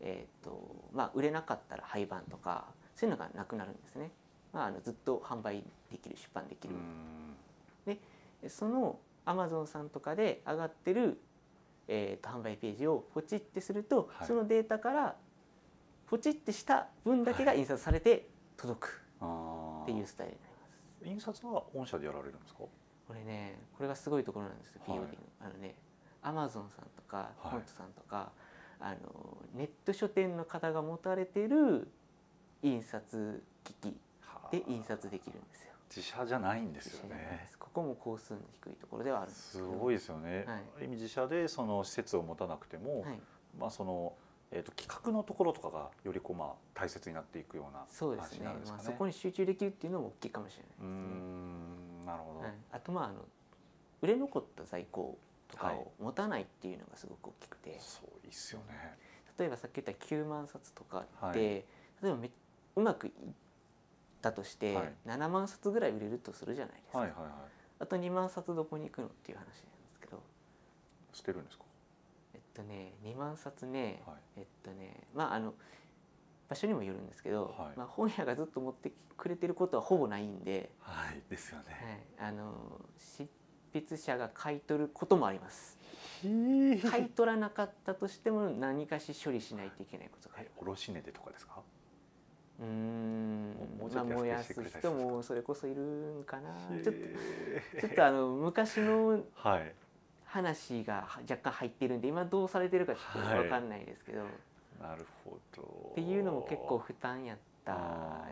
[SPEAKER 2] えーとまあ、売れなかったら廃盤とかそういうのがなくなるんですね、まあ、あのずっと販売できる出版でき
[SPEAKER 1] うん
[SPEAKER 2] る、でそのアマゾンさんとかで上がってる、えー、と販売ページをポチってすると、
[SPEAKER 1] はい
[SPEAKER 2] そのデータからポチってした分だけが印刷されて届く
[SPEAKER 1] あー
[SPEAKER 2] っていうスタイルになります。
[SPEAKER 1] 印刷は御社でやられるんですか？
[SPEAKER 2] これねこれがすごいところなんですよ、
[SPEAKER 1] はい
[SPEAKER 2] POD のあのねアマゾンさんとか
[SPEAKER 1] はい
[SPEAKER 2] フォントさんとか、あのネット書店の方が持たれてる印刷機器で印刷できるんですよ。
[SPEAKER 1] 自社じゃないんですよ
[SPEAKER 2] 一緒になりま
[SPEAKER 1] ね。
[SPEAKER 2] すここも工数の低いところではあるんです
[SPEAKER 1] すご
[SPEAKER 2] い、
[SPEAKER 1] いですよね。
[SPEAKER 2] はい
[SPEAKER 1] ある意味自社でその施設を持たなくても、
[SPEAKER 2] はい、
[SPEAKER 1] まあそのえっ、と企画のところとかがよりこうまあ大切になっていくような
[SPEAKER 2] そうです
[SPEAKER 1] 話に
[SPEAKER 2] ね
[SPEAKER 1] なるんです
[SPEAKER 2] ま
[SPEAKER 1] か
[SPEAKER 2] あ、
[SPEAKER 1] ね。
[SPEAKER 2] そこに集中できるっていうのも大きいかもしれ
[SPEAKER 1] うー
[SPEAKER 2] ないですね。
[SPEAKER 1] んなるほど。
[SPEAKER 2] はい、あとまああの売れ残った在庫とか
[SPEAKER 1] はい
[SPEAKER 2] を持たないっていうのがすごく大きくて、
[SPEAKER 1] そういいっすよね。
[SPEAKER 2] 例えばさっき言った9万冊とかっ
[SPEAKER 1] はい
[SPEAKER 2] て、例えばめうまくいったとして、
[SPEAKER 1] はい
[SPEAKER 2] 7万冊ぐらい売れるとするじゃないですか、
[SPEAKER 1] はいはいはい。
[SPEAKER 2] あと2万冊どこに行くのっていう話なんですけど
[SPEAKER 1] 捨てるんですか。
[SPEAKER 2] えっとね2万冊ね、
[SPEAKER 1] はい
[SPEAKER 2] えっとねまああの場所にもよるんですけど、
[SPEAKER 1] はい
[SPEAKER 2] まあ、本屋がずっと持ってくれてることはほぼないんで、
[SPEAKER 1] はいですよ
[SPEAKER 2] は
[SPEAKER 1] ね。
[SPEAKER 2] い、あの執筆者が買い取ることもあり ます。買い取らなかったとしても何かし処理しないといけないことがあ
[SPEAKER 1] え
[SPEAKER 2] る。
[SPEAKER 1] 卸値でとかですか。
[SPEAKER 2] うーん
[SPEAKER 1] もうちょ
[SPEAKER 2] まあ
[SPEAKER 1] っと
[SPEAKER 2] 燃や
[SPEAKER 1] 安くして
[SPEAKER 2] す
[SPEAKER 1] くれたりする
[SPEAKER 2] 人もそれこそいるんかな。ちょっ
[SPEAKER 1] へー
[SPEAKER 2] とちょっとあの昔の
[SPEAKER 1] はい。
[SPEAKER 2] 話が若干入ってるんで今どうされてるかちょっと分かんないですけど、
[SPEAKER 1] なるほど。
[SPEAKER 2] っていうのも結構負担やった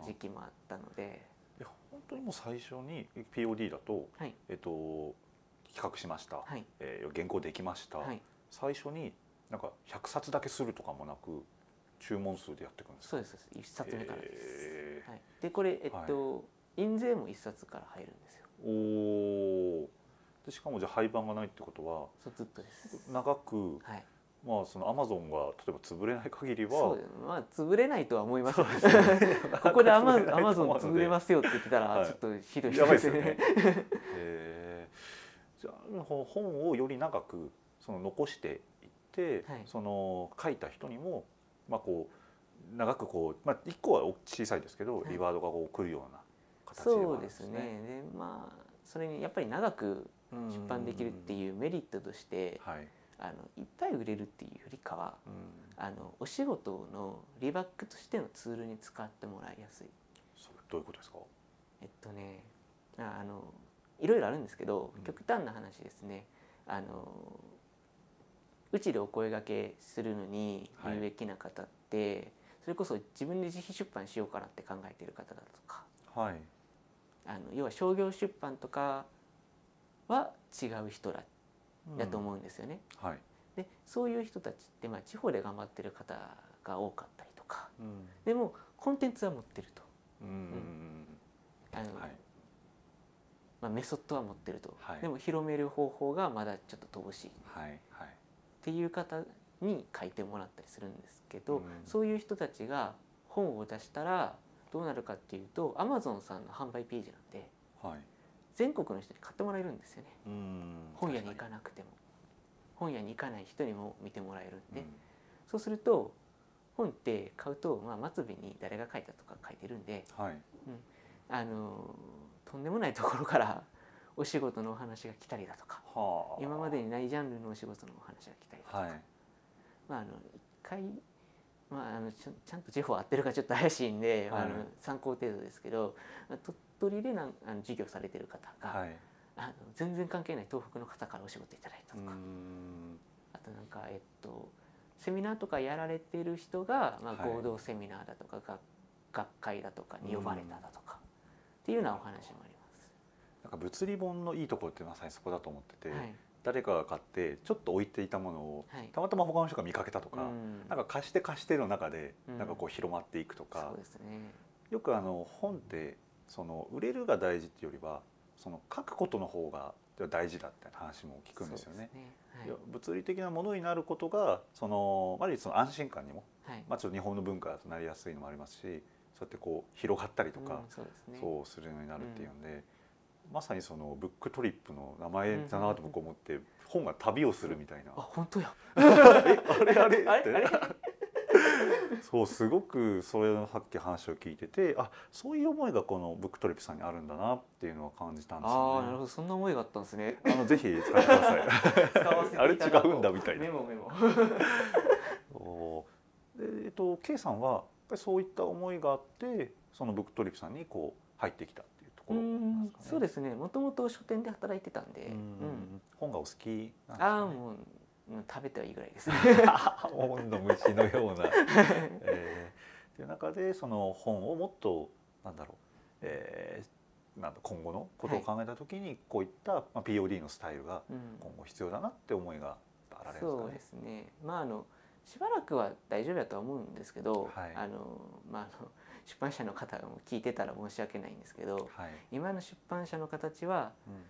[SPEAKER 2] 時期もあったので、
[SPEAKER 1] いや本当にもう最初に POD だと、
[SPEAKER 2] はい
[SPEAKER 1] えっと企画しました、
[SPEAKER 2] はい
[SPEAKER 1] えー原稿できました、
[SPEAKER 2] はい、
[SPEAKER 1] 最初になんか100冊だけするとかもなく注文数でやっていくんですか
[SPEAKER 2] そうですそうです一冊目からです。
[SPEAKER 1] へー
[SPEAKER 2] はい、でこれえっと、印税も一冊から入るんですよ。
[SPEAKER 1] おーでしかもじゃあ廃盤がないってことは
[SPEAKER 2] そうずっとです。
[SPEAKER 1] 長く
[SPEAKER 2] はい。
[SPEAKER 1] まあそのアマゾンが例えば潰れない限り
[SPEAKER 2] そ
[SPEAKER 1] は
[SPEAKER 2] うですまあ潰れないとは思います
[SPEAKER 1] そうですよね
[SPEAKER 2] ここでアマ
[SPEAKER 1] 潰れないと思うので
[SPEAKER 2] アマゾン潰れますよって言ってたら、
[SPEAKER 1] はい
[SPEAKER 2] ちょっとひどい
[SPEAKER 1] やばいですよ ね。えーじゃあほ本をより長くその残していって、
[SPEAKER 2] はい
[SPEAKER 1] その書いた人にもまあこう長くこうまあ一個は小さいですけど、
[SPEAKER 2] はい
[SPEAKER 1] リワードがこう来るような形ではあ
[SPEAKER 2] そ
[SPEAKER 1] る
[SPEAKER 2] うんですね。でまあそれにやっぱり長く出版できるって
[SPEAKER 1] う
[SPEAKER 2] いうメリットとして、
[SPEAKER 1] ん。はい。
[SPEAKER 2] あのいっぱい売れるっていうよりかは。あのお仕事のリバックとしてのツールに使ってもらいやすい。
[SPEAKER 1] それどういうことですか。
[SPEAKER 2] えっとねああのいろいろあるんですけど、
[SPEAKER 1] うん
[SPEAKER 2] 極端な話ですねあのうちでお声掛けするのに
[SPEAKER 1] はい
[SPEAKER 2] 有益な方って、それこそ自分で自費出版しようかなって考えてる方だとか
[SPEAKER 1] はい。
[SPEAKER 2] あの要は商業出版とかは違う人らだと
[SPEAKER 1] う
[SPEAKER 2] 思うんですよね。
[SPEAKER 1] ん。はい。
[SPEAKER 2] でそういう人たちって、まあ、地方で頑張ってる方が多かったりとかでもコンテンツは持ってると
[SPEAKER 1] うん。
[SPEAKER 2] あの、
[SPEAKER 1] はい。
[SPEAKER 2] まあ、メソッドは持ってると、
[SPEAKER 1] はい
[SPEAKER 2] でも広める方法がまだちょっと乏しいっ
[SPEAKER 1] はい。はい。
[SPEAKER 2] ていう方に書いてもらったりするんですけど、
[SPEAKER 1] うん
[SPEAKER 2] そういう人たちが本を出したらどうなるかっていうと Amazon さんの販売ページなんで
[SPEAKER 1] はい。
[SPEAKER 2] 全国の人に買ってもらえるんですよね
[SPEAKER 1] うん
[SPEAKER 2] 本屋に行かなくても本屋に行かない人にも見てもらえるんで、
[SPEAKER 1] うん
[SPEAKER 2] そうすると本って買うと、まあ、末尾に誰が書いたとか書いてるんで
[SPEAKER 1] はい。
[SPEAKER 2] あのとんでもないところからお仕事のお話が来たりだとか
[SPEAKER 1] はあ。
[SPEAKER 2] 今までにないジャンルのお仕事のお話が来たりとか、
[SPEAKER 1] はい。
[SPEAKER 2] まあ、あの一回、まあ、あのちゃんちゃんと地方合ってるかちょっと怪しいんで、
[SPEAKER 1] はい
[SPEAKER 2] あの参考程度ですけど鳥取でなんあの授業されてる方が、
[SPEAKER 1] はい。
[SPEAKER 2] あの全然関係ない東北の方からお仕事いただいた
[SPEAKER 1] う
[SPEAKER 2] とか、
[SPEAKER 1] ん。
[SPEAKER 2] あとなんかえっとセミナーとかやられてる人が、まあ、
[SPEAKER 1] はい
[SPEAKER 2] 合同セミナーだとか、学学会だとかに呼ばれただとか、っていうようなお話もありま
[SPEAKER 1] なんか物理本のいいところってまさにそこだと思ってて、
[SPEAKER 2] す。はい
[SPEAKER 1] 誰かが買ってちょっと置いていたものを
[SPEAKER 2] はい
[SPEAKER 1] たまたま他の人が見かけたとか、
[SPEAKER 2] うん
[SPEAKER 1] なんか貸して貸しての中で
[SPEAKER 2] うん
[SPEAKER 1] なんかこう広まっていくとか
[SPEAKER 2] そう、ですね
[SPEAKER 1] よくあの本ってその売れるが大事っていうよりはその書くことの方が大事だって話も聞くんですよね。
[SPEAKER 2] そう
[SPEAKER 1] いや物理的なものになることがそのある意味その安心感にも、
[SPEAKER 2] はい、はい
[SPEAKER 1] まあ、ちょっと日本の文化だとなりやすいのもありますしそうやってこう広がったりとか
[SPEAKER 2] うん、そうですね
[SPEAKER 1] そうするようになるっていうんで、まさにそのブックトリップの名前だなと僕思って、本が旅をするみたいな、
[SPEAKER 2] あ本当や
[SPEAKER 1] えあれあれ
[SPEAKER 2] あ
[SPEAKER 1] って
[SPEAKER 2] れあれ
[SPEAKER 1] そうすごくそれのさっき話を聞いててあそういう思いがこのブックトリップさんにあるんだなっていうのは感じたんです
[SPEAKER 2] ああな
[SPEAKER 1] よ
[SPEAKER 2] るほ
[SPEAKER 1] ね。
[SPEAKER 2] どそんな思いがあったんですね。
[SPEAKER 1] あのぜひ使ってくだ さい。 あれ違うんだみたいな
[SPEAKER 2] メ。モメモ。
[SPEAKER 1] そうでえっと K さんはやっぱりそういった思いがあってそのブックトリップさんにこう入ってきたっていうところ なんですかね。
[SPEAKER 2] そうですね。もともと書店で働いてたんで、
[SPEAKER 1] う
[SPEAKER 2] うん
[SPEAKER 1] ん本がお好きなんですね
[SPEAKER 2] ああもううん食べてはいいぐら いです。
[SPEAKER 1] 温度虫のような、えー、という中でその本をもっとなんだろう、えー、なんだ今後のことを考えた時にこういった、まあ、POD のスタイルが
[SPEAKER 2] うん
[SPEAKER 1] 今後必要だなって思いがあられる
[SPEAKER 2] そ
[SPEAKER 1] ん
[SPEAKER 2] う
[SPEAKER 1] で
[SPEAKER 2] ですすね。まああのしばらくは大丈夫だとは思うんですけど、
[SPEAKER 1] はい
[SPEAKER 2] あのまああの出版社の方も聞いてたら申し訳ないんですけど、
[SPEAKER 1] かね。はい。
[SPEAKER 2] 今の出版社の形は
[SPEAKER 1] うん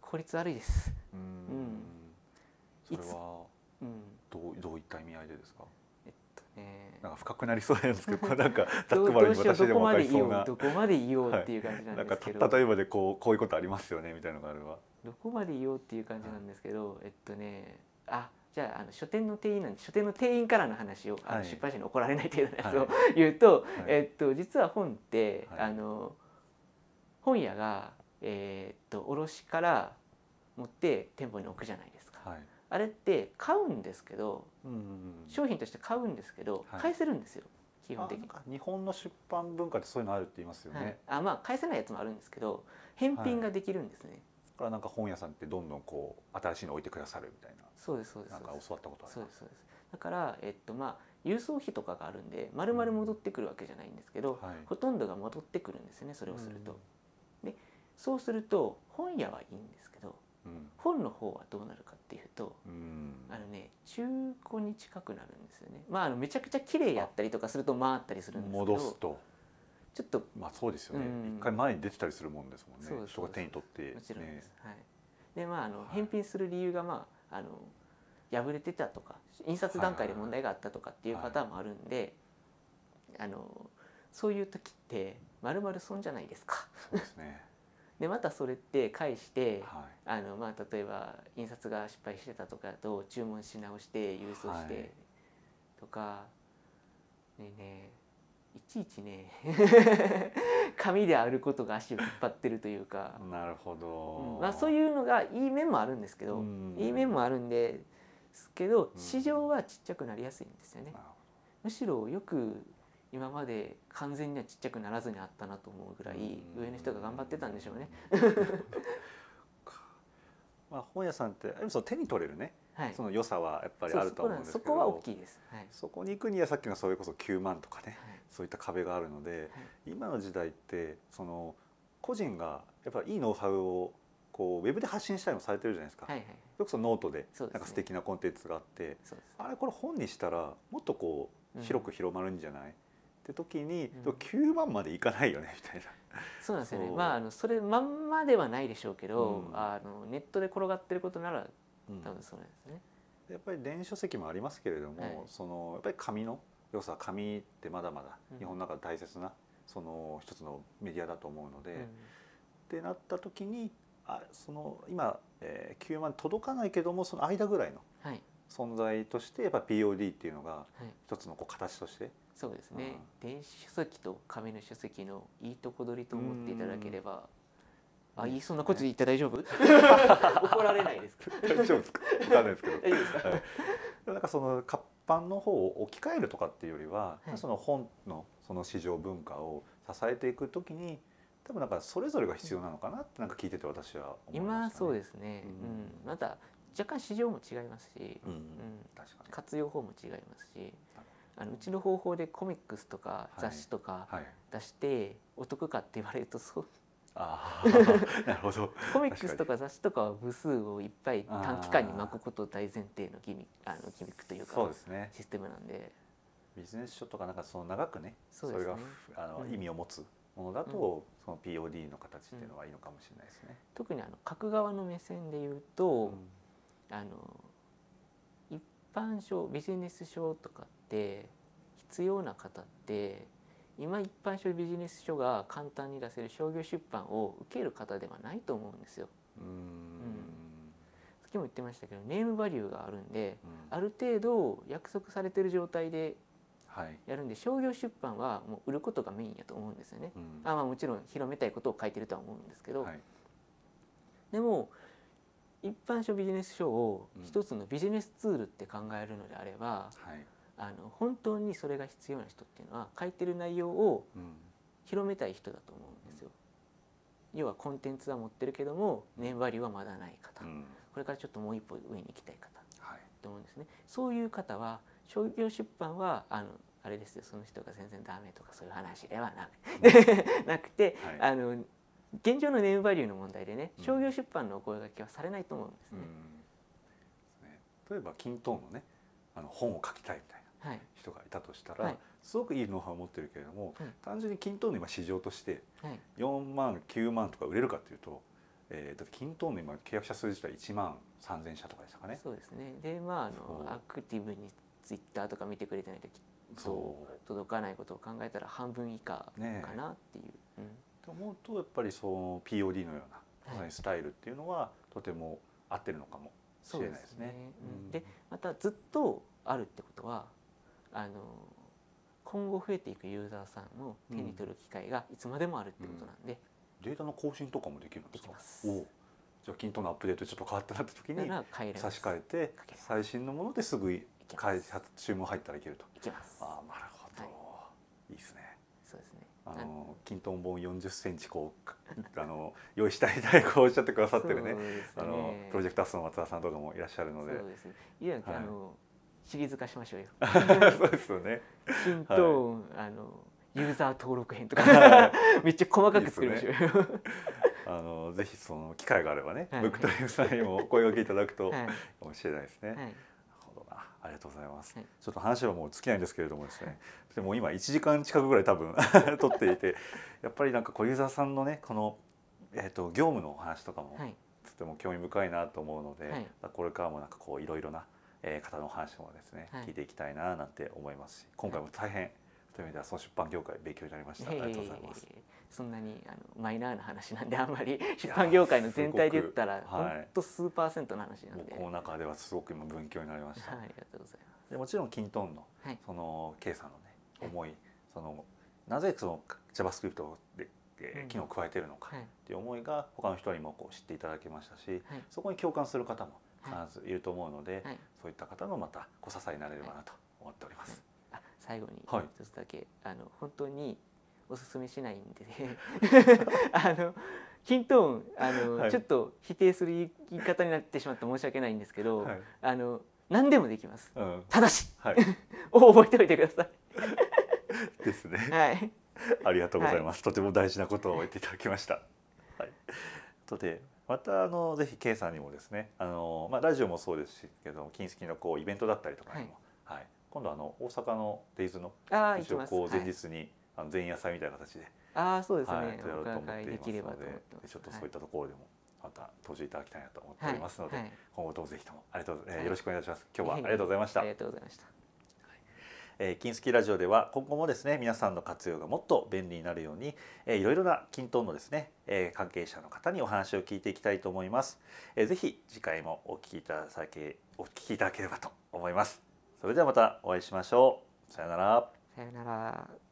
[SPEAKER 2] 効率悪いです。
[SPEAKER 1] うん
[SPEAKER 2] うん
[SPEAKER 1] それは
[SPEAKER 2] うん。
[SPEAKER 1] どうどういった意味合いでですか。
[SPEAKER 2] えっとね。
[SPEAKER 1] なんか深くなりそうなんですけど、こ れなんかざっ
[SPEAKER 2] ど
[SPEAKER 1] く
[SPEAKER 2] う
[SPEAKER 1] ば
[SPEAKER 2] ど
[SPEAKER 1] ら
[SPEAKER 2] う
[SPEAKER 1] に
[SPEAKER 2] しよう
[SPEAKER 1] 私
[SPEAKER 2] ど
[SPEAKER 1] で
[SPEAKER 2] こ
[SPEAKER 1] も
[SPEAKER 2] ま
[SPEAKER 1] 分かり
[SPEAKER 2] で
[SPEAKER 1] そ
[SPEAKER 2] 言
[SPEAKER 1] う
[SPEAKER 2] お
[SPEAKER 1] な
[SPEAKER 2] う。どこまで言おうっていう感じな
[SPEAKER 1] なん
[SPEAKER 2] んで
[SPEAKER 1] か
[SPEAKER 2] すけど、
[SPEAKER 1] 例えばでこうこういうことありますよねみたいなのがあ れば。
[SPEAKER 2] どこまで言おうっていう感じなんですけど、えっとねあじゃああの書店の店員なんで書店の店員からの話を、あ
[SPEAKER 1] は
[SPEAKER 2] の
[SPEAKER 1] い
[SPEAKER 2] 出版社に怒られない程度のやつを、
[SPEAKER 1] はい
[SPEAKER 2] 言うと、
[SPEAKER 1] い
[SPEAKER 2] えっと、実は本って、
[SPEAKER 1] はい
[SPEAKER 2] あの本屋が、えーっと卸から持って店舗に置くじゃないですか。
[SPEAKER 1] はい。
[SPEAKER 2] あれって買うんですけど
[SPEAKER 1] うんうんうん。
[SPEAKER 2] 商品として買うんですけど、
[SPEAKER 1] はい
[SPEAKER 2] 返せるんですよ基
[SPEAKER 1] あ
[SPEAKER 2] 本的
[SPEAKER 1] な
[SPEAKER 2] に
[SPEAKER 1] ん。か日本の出版文化ってそういうのあるって言いますよね、
[SPEAKER 2] はい、あまあ返せないやつもあるんですけど返品ができるんですね。
[SPEAKER 1] だからなんか本屋さんってどんどんこう新しいの置いてくださるみたい
[SPEAKER 2] そうですそうです
[SPEAKER 1] ななん
[SPEAKER 2] そう
[SPEAKER 1] か
[SPEAKER 2] です
[SPEAKER 1] 教わったことあ
[SPEAKER 2] そう
[SPEAKER 1] る
[SPEAKER 2] ですそうですだから、えっとまあ、郵送費とかがあるんでまるまる戻ってくるわけじゃないんですけど、
[SPEAKER 1] はい
[SPEAKER 2] ほとんどが戻ってくるんですよねそれをすると、そうすると本屋はいいんですけど
[SPEAKER 1] うん
[SPEAKER 2] 本の方はどうなるかっていうと
[SPEAKER 1] うん
[SPEAKER 2] あのね中古に近くなるんですよねまああのめちゃくちゃ綺麗やったりとかすると回ったりするんですけど
[SPEAKER 1] 戻すと
[SPEAKER 2] ちょっとも
[SPEAKER 1] まあそうですよね
[SPEAKER 2] うん
[SPEAKER 1] 一回前に出てたりするもんですも
[SPEAKER 2] そうんで
[SPEAKER 1] ね
[SPEAKER 2] す
[SPEAKER 1] 人が手に取って
[SPEAKER 2] ちろんで
[SPEAKER 1] ね
[SPEAKER 2] す、はいでまああの
[SPEAKER 1] はい
[SPEAKER 2] 返品する理由がまああの破れてたとか印刷段階で問題があったとかっていうパターンもあるんで、あのそういう時ってまるまる損じゃないですか。
[SPEAKER 1] そうですね
[SPEAKER 2] でまたそれって返して
[SPEAKER 1] は
[SPEAKER 2] あの、まあ、例えば印刷が失敗してたとかだと注文し直して郵送し
[SPEAKER 1] はい
[SPEAKER 2] てとか、ねえねえいちいちね 紙であることが足を引っ張ってるというか、
[SPEAKER 1] いなるほど、
[SPEAKER 2] まあ、そう
[SPEAKER 1] う
[SPEAKER 2] いうのがいい面もあるんですけど、
[SPEAKER 1] うん
[SPEAKER 2] いい面もあるんですけど
[SPEAKER 1] うん
[SPEAKER 2] 市場はちっちゃくなりやすいんですよね
[SPEAKER 1] なるほ
[SPEAKER 2] むしろよく今まで完全にはちっちゃくならずにあったなと思うぐ
[SPEAKER 1] ど
[SPEAKER 2] らい上の人が頑張ってたんでしょうね。
[SPEAKER 1] かまあ本屋さんってでもその手に取れるね、
[SPEAKER 2] はい
[SPEAKER 1] その良さはやっぱり
[SPEAKER 2] そう
[SPEAKER 1] あるとは思うんですけど
[SPEAKER 2] そこは大きいです。はい
[SPEAKER 1] そこに行くにはさっきのそれこそ9万とかね
[SPEAKER 2] はい
[SPEAKER 1] そういった壁があるので、今の時代ってその個人がやっぱりいいノウハウをこうウェブで発信したりもされてるじゃないですか、
[SPEAKER 2] はいはい
[SPEAKER 1] よくそのノートで
[SPEAKER 2] そ
[SPEAKER 1] な
[SPEAKER 2] うんですね
[SPEAKER 1] か素敵なコンテンツがあって、
[SPEAKER 2] そうです
[SPEAKER 1] あれこれ本にしたらもっとこ
[SPEAKER 2] う
[SPEAKER 1] うん広く広まるんじゃない、って時に、
[SPEAKER 2] うん
[SPEAKER 1] でも9万までいかないよねみたいな。
[SPEAKER 2] そうなんですよね
[SPEAKER 1] そう
[SPEAKER 2] まああのそれまんまではないでしょうけど、
[SPEAKER 1] うん
[SPEAKER 2] あのネットで転がってることなら
[SPEAKER 1] うん
[SPEAKER 2] 多分そうなんですね、
[SPEAKER 1] やっぱり電子書籍もありますけれども、
[SPEAKER 2] はい
[SPEAKER 1] そのやっぱり紙の良さ紙ってまだまだ
[SPEAKER 2] うん
[SPEAKER 1] 日本の中で大切な、その一つのメディアだと思うので、
[SPEAKER 2] うん
[SPEAKER 1] ってなった時にあその今、えー、9万届かないけどもその間ぐらいの
[SPEAKER 2] はい
[SPEAKER 1] 存在としてやっぱ POD っていうのが
[SPEAKER 2] はい
[SPEAKER 1] 一つのこう形として
[SPEAKER 2] そうですね、電子書籍と紙の書籍のいいとこ取りと思っていただければ、
[SPEAKER 1] うん
[SPEAKER 2] あ
[SPEAKER 1] いい
[SPEAKER 2] い
[SPEAKER 1] で
[SPEAKER 2] い
[SPEAKER 1] すね
[SPEAKER 2] そんなこと言って大丈夫 怒られないですか
[SPEAKER 1] 大丈夫ですかわかんないですけど
[SPEAKER 2] 大丈夫ですか
[SPEAKER 1] はいなんかその活版の方を置き換えるとかっていうよりは、
[SPEAKER 2] はい
[SPEAKER 1] その本のその市場文化を支えていく時に多分なんかそれぞれが必要なのかなってなんか聞いてて私は思い
[SPEAKER 2] 今
[SPEAKER 1] ま
[SPEAKER 2] は
[SPEAKER 1] した、ね、、
[SPEAKER 2] そうですすね、
[SPEAKER 1] うん
[SPEAKER 2] うん、また若干市場も違いますし、
[SPEAKER 1] うん
[SPEAKER 2] うん、
[SPEAKER 1] 確かに
[SPEAKER 2] 活用法も違いますし
[SPEAKER 1] なる
[SPEAKER 2] あのうちの方法でコミックスとか
[SPEAKER 1] い
[SPEAKER 2] 雑誌とか
[SPEAKER 1] はい
[SPEAKER 2] 出してお得かって言われると そう
[SPEAKER 1] あ あなるほど
[SPEAKER 2] コミックスとか雑誌とかは部数をいっぱい短期間に巻くことを大前提のギミあのギミックというか
[SPEAKER 1] そうですね
[SPEAKER 2] システムなんで
[SPEAKER 1] ビジネス書とかなんかその長くねそ
[SPEAKER 2] そうです
[SPEAKER 1] れ
[SPEAKER 2] ね
[SPEAKER 1] がふあの、
[SPEAKER 2] うん
[SPEAKER 1] 意味を持つものだと、その POD の形っていうのはいいのかもしれないですね。
[SPEAKER 2] 特にあの書く側の目線で言うと、あの一般書ビジネス書とかって必要な方って今一般書ビジネス書が簡単に出せる商業出版を受ける方ではないと思うんですよ。
[SPEAKER 1] うん
[SPEAKER 2] さっきも言ってましたけどネームバリューがあるんで
[SPEAKER 1] うん
[SPEAKER 2] ある程度約束されてる状態で
[SPEAKER 1] はい、
[SPEAKER 2] やるんで商業出版はもう売ることがメインやと思うんですよね。
[SPEAKER 1] うん
[SPEAKER 2] あまあ、もちろん広めたいことを書いてるとは思うんですけど、
[SPEAKER 1] はい
[SPEAKER 2] でも一般書ビジネス書を
[SPEAKER 1] うん
[SPEAKER 2] 一つのビジネスツールって考えるのであれば、
[SPEAKER 1] はい
[SPEAKER 2] あの本当にそれが必要な人っていうのは書いてる内容を
[SPEAKER 1] うん
[SPEAKER 2] 広めたい人だと思うんですよ。要はコンテンツは持ってるけども年割りはまだない方、
[SPEAKER 1] うん
[SPEAKER 2] これからちょっともう一歩上に行きたい方
[SPEAKER 1] はい
[SPEAKER 2] と思うんですね。そういう方は商業出版はあのあれですよその人が全然ダメとかそういう話ではなく なくて、
[SPEAKER 1] はい
[SPEAKER 2] あの現状のネームバリューの問題でね
[SPEAKER 1] うん
[SPEAKER 2] 商業出版のお声掛けはされないと思うんです
[SPEAKER 1] う
[SPEAKER 2] ね。
[SPEAKER 1] んですね例えばキントーンのねあの本を書きたいみたいな
[SPEAKER 2] はい
[SPEAKER 1] 人がいたとしたら、
[SPEAKER 2] はい
[SPEAKER 1] すごくいいノウハウを持ってるけれども、
[SPEAKER 2] うん
[SPEAKER 1] 単純にキントーンの今市場として
[SPEAKER 2] はい
[SPEAKER 1] 4万9万とか売れるかというと、えー、だって均等の今契約者数自体1万3,000社とかでしたかね。
[SPEAKER 2] そうですねでまああの
[SPEAKER 1] そう
[SPEAKER 2] アクティブにツイッターとか見てくれてないと
[SPEAKER 1] そ
[SPEAKER 2] 届かないことを考えたら半分以下
[SPEAKER 1] うね
[SPEAKER 2] か
[SPEAKER 1] え
[SPEAKER 2] なっていう、うん
[SPEAKER 1] と思うとやっぱりその POD のようなまさにスタイルっていうのはとても合ってるのかもしれないですね。
[SPEAKER 2] うんでまたずっとあるってことはあの今後増えていくユーザーさんを手に取る機会がいつまでもあるってことなんで、
[SPEAKER 1] データの更新とかもできるんですか
[SPEAKER 2] できます
[SPEAKER 1] おうじゃあ均等のアップデートでちょっと変わったなって時
[SPEAKER 2] だか
[SPEAKER 1] に
[SPEAKER 2] ら変えられ
[SPEAKER 1] 差
[SPEAKER 2] ま
[SPEAKER 1] し
[SPEAKER 2] す
[SPEAKER 1] 替えて
[SPEAKER 2] かけます
[SPEAKER 1] 最新のものですぐ
[SPEAKER 2] いけま
[SPEAKER 1] 開
[SPEAKER 2] す
[SPEAKER 1] 発注文入ったらいけると。
[SPEAKER 2] いけます
[SPEAKER 1] ああなるほど、いいですね。
[SPEAKER 2] そうですね
[SPEAKER 1] あ
[SPEAKER 2] なん
[SPEAKER 1] の金トン本40センチこうかあの 用意したいたいこうおっしゃってくださってるね
[SPEAKER 2] そうです
[SPEAKER 1] あのプロジェ
[SPEAKER 2] ク
[SPEAKER 1] クタースの松田さんとかもいらっしゃるので
[SPEAKER 2] そうですねいや、
[SPEAKER 1] はい
[SPEAKER 2] あのシリーズ化しましょうよ
[SPEAKER 1] そうですよね
[SPEAKER 2] 浸透、あのユーザー登録編とかめっちゃ細かく作りましょうよ
[SPEAKER 1] あのぜひその機会があればね、
[SPEAKER 2] はい
[SPEAKER 1] ブックトリームさんにもお声掛けいただくと、
[SPEAKER 2] はい、
[SPEAKER 1] かもしれないですね、な
[SPEAKER 2] は
[SPEAKER 1] る
[SPEAKER 2] い、
[SPEAKER 1] ほどなありがとうございます、
[SPEAKER 2] はい
[SPEAKER 1] ちょっと話はもう尽きないんですけれどもですねでもう今1時間近くぐらい多 分撮っていてやっぱりなんか小遊三さんのねこのえっ、と業務のお話とかも
[SPEAKER 2] はい、
[SPEAKER 1] とても興味深いなと思うので、
[SPEAKER 2] はい
[SPEAKER 1] これからもなんかこういろいろなえー方のお話もですね、
[SPEAKER 2] はい
[SPEAKER 1] 聞いていきたいななんて思いますし今回も大変そういう意味ではその出版業界勉強になりましたありがとうございます。
[SPEAKER 2] ええそんなにあのマイナーな話なんであんまり出版業界の全体で言ったら
[SPEAKER 1] すごく
[SPEAKER 2] ほ
[SPEAKER 1] はい
[SPEAKER 2] んと数パーセントの話なんで、
[SPEAKER 1] 僕
[SPEAKER 2] はい、
[SPEAKER 1] の中ではすごく今勉強になりました、
[SPEAKER 2] ありがとうござい
[SPEAKER 1] でもちろんキントンの
[SPEAKER 2] はい
[SPEAKER 1] その K さんのね
[SPEAKER 2] はい
[SPEAKER 1] 思いそのなぜその JavaScript をでえ
[SPEAKER 2] う
[SPEAKER 1] ー
[SPEAKER 2] ん
[SPEAKER 1] 機能を加えてるの
[SPEAKER 2] ます。
[SPEAKER 1] か
[SPEAKER 2] はい
[SPEAKER 1] っていう思いが他の人にもこう知っていただけましたし
[SPEAKER 2] はい
[SPEAKER 1] そこに共感する方も
[SPEAKER 2] は
[SPEAKER 1] 必ずいると思うので、
[SPEAKER 2] はい
[SPEAKER 1] そういった方のまたご支えになれればなと思っております。
[SPEAKER 2] あ最後に
[SPEAKER 1] はい
[SPEAKER 2] 一つだけ、あの本当におすすめしないんで、 ね、あのキントーンあの、
[SPEAKER 1] はい
[SPEAKER 2] ちょっと否定する言い方になってしまって申し訳ないんですけど、
[SPEAKER 1] はい、
[SPEAKER 2] あの何でもできます。
[SPEAKER 1] うん、
[SPEAKER 2] ただし
[SPEAKER 1] はい、
[SPEAKER 2] を覚えておいてくださ
[SPEAKER 1] ですね。
[SPEAKER 2] い。はい。
[SPEAKER 1] ありがとうございます。とても大事なことを言っていただきました。はい。とで、またあのぜひ K さんにもですね、あのまあラジオもそうですけど、金月のこうイベントだったりとかにも、はい。今度あの大阪のデイズの
[SPEAKER 2] ああ行
[SPEAKER 1] 一
[SPEAKER 2] き
[SPEAKER 1] 応
[SPEAKER 2] ます。
[SPEAKER 1] こう前
[SPEAKER 2] はい
[SPEAKER 1] 日に、あの前夜祭みたいな形で、
[SPEAKER 2] ああそうですね。
[SPEAKER 1] はい、やろうと
[SPEAKER 2] お
[SPEAKER 1] 思っ
[SPEAKER 2] 伺い
[SPEAKER 1] てい
[SPEAKER 2] で
[SPEAKER 1] ます
[SPEAKER 2] きれば
[SPEAKER 1] の
[SPEAKER 2] と
[SPEAKER 1] で
[SPEAKER 2] 思ってま、す。
[SPEAKER 1] ちょっとそう
[SPEAKER 2] はい
[SPEAKER 1] ったところでもまた登場いただきたいなと思っておりますので、
[SPEAKER 2] はいはい
[SPEAKER 1] 今後ともぜひともありがとう、えー
[SPEAKER 2] はい
[SPEAKER 1] よろしくお願いします。今日はありがとうございました
[SPEAKER 2] あり。がとうございました。
[SPEAKER 1] えー、金スキラジオでは今後もですね皆さんの活用がもっと便利になるように、えー、いろいろな均等のですね、えー、関係者の方にお話を聞いていきたいと思います、えー、ぜひ次回もお聞きいただけお聞きいただければと思いますそれではまたお会いしましょうさようなら
[SPEAKER 2] さよなら。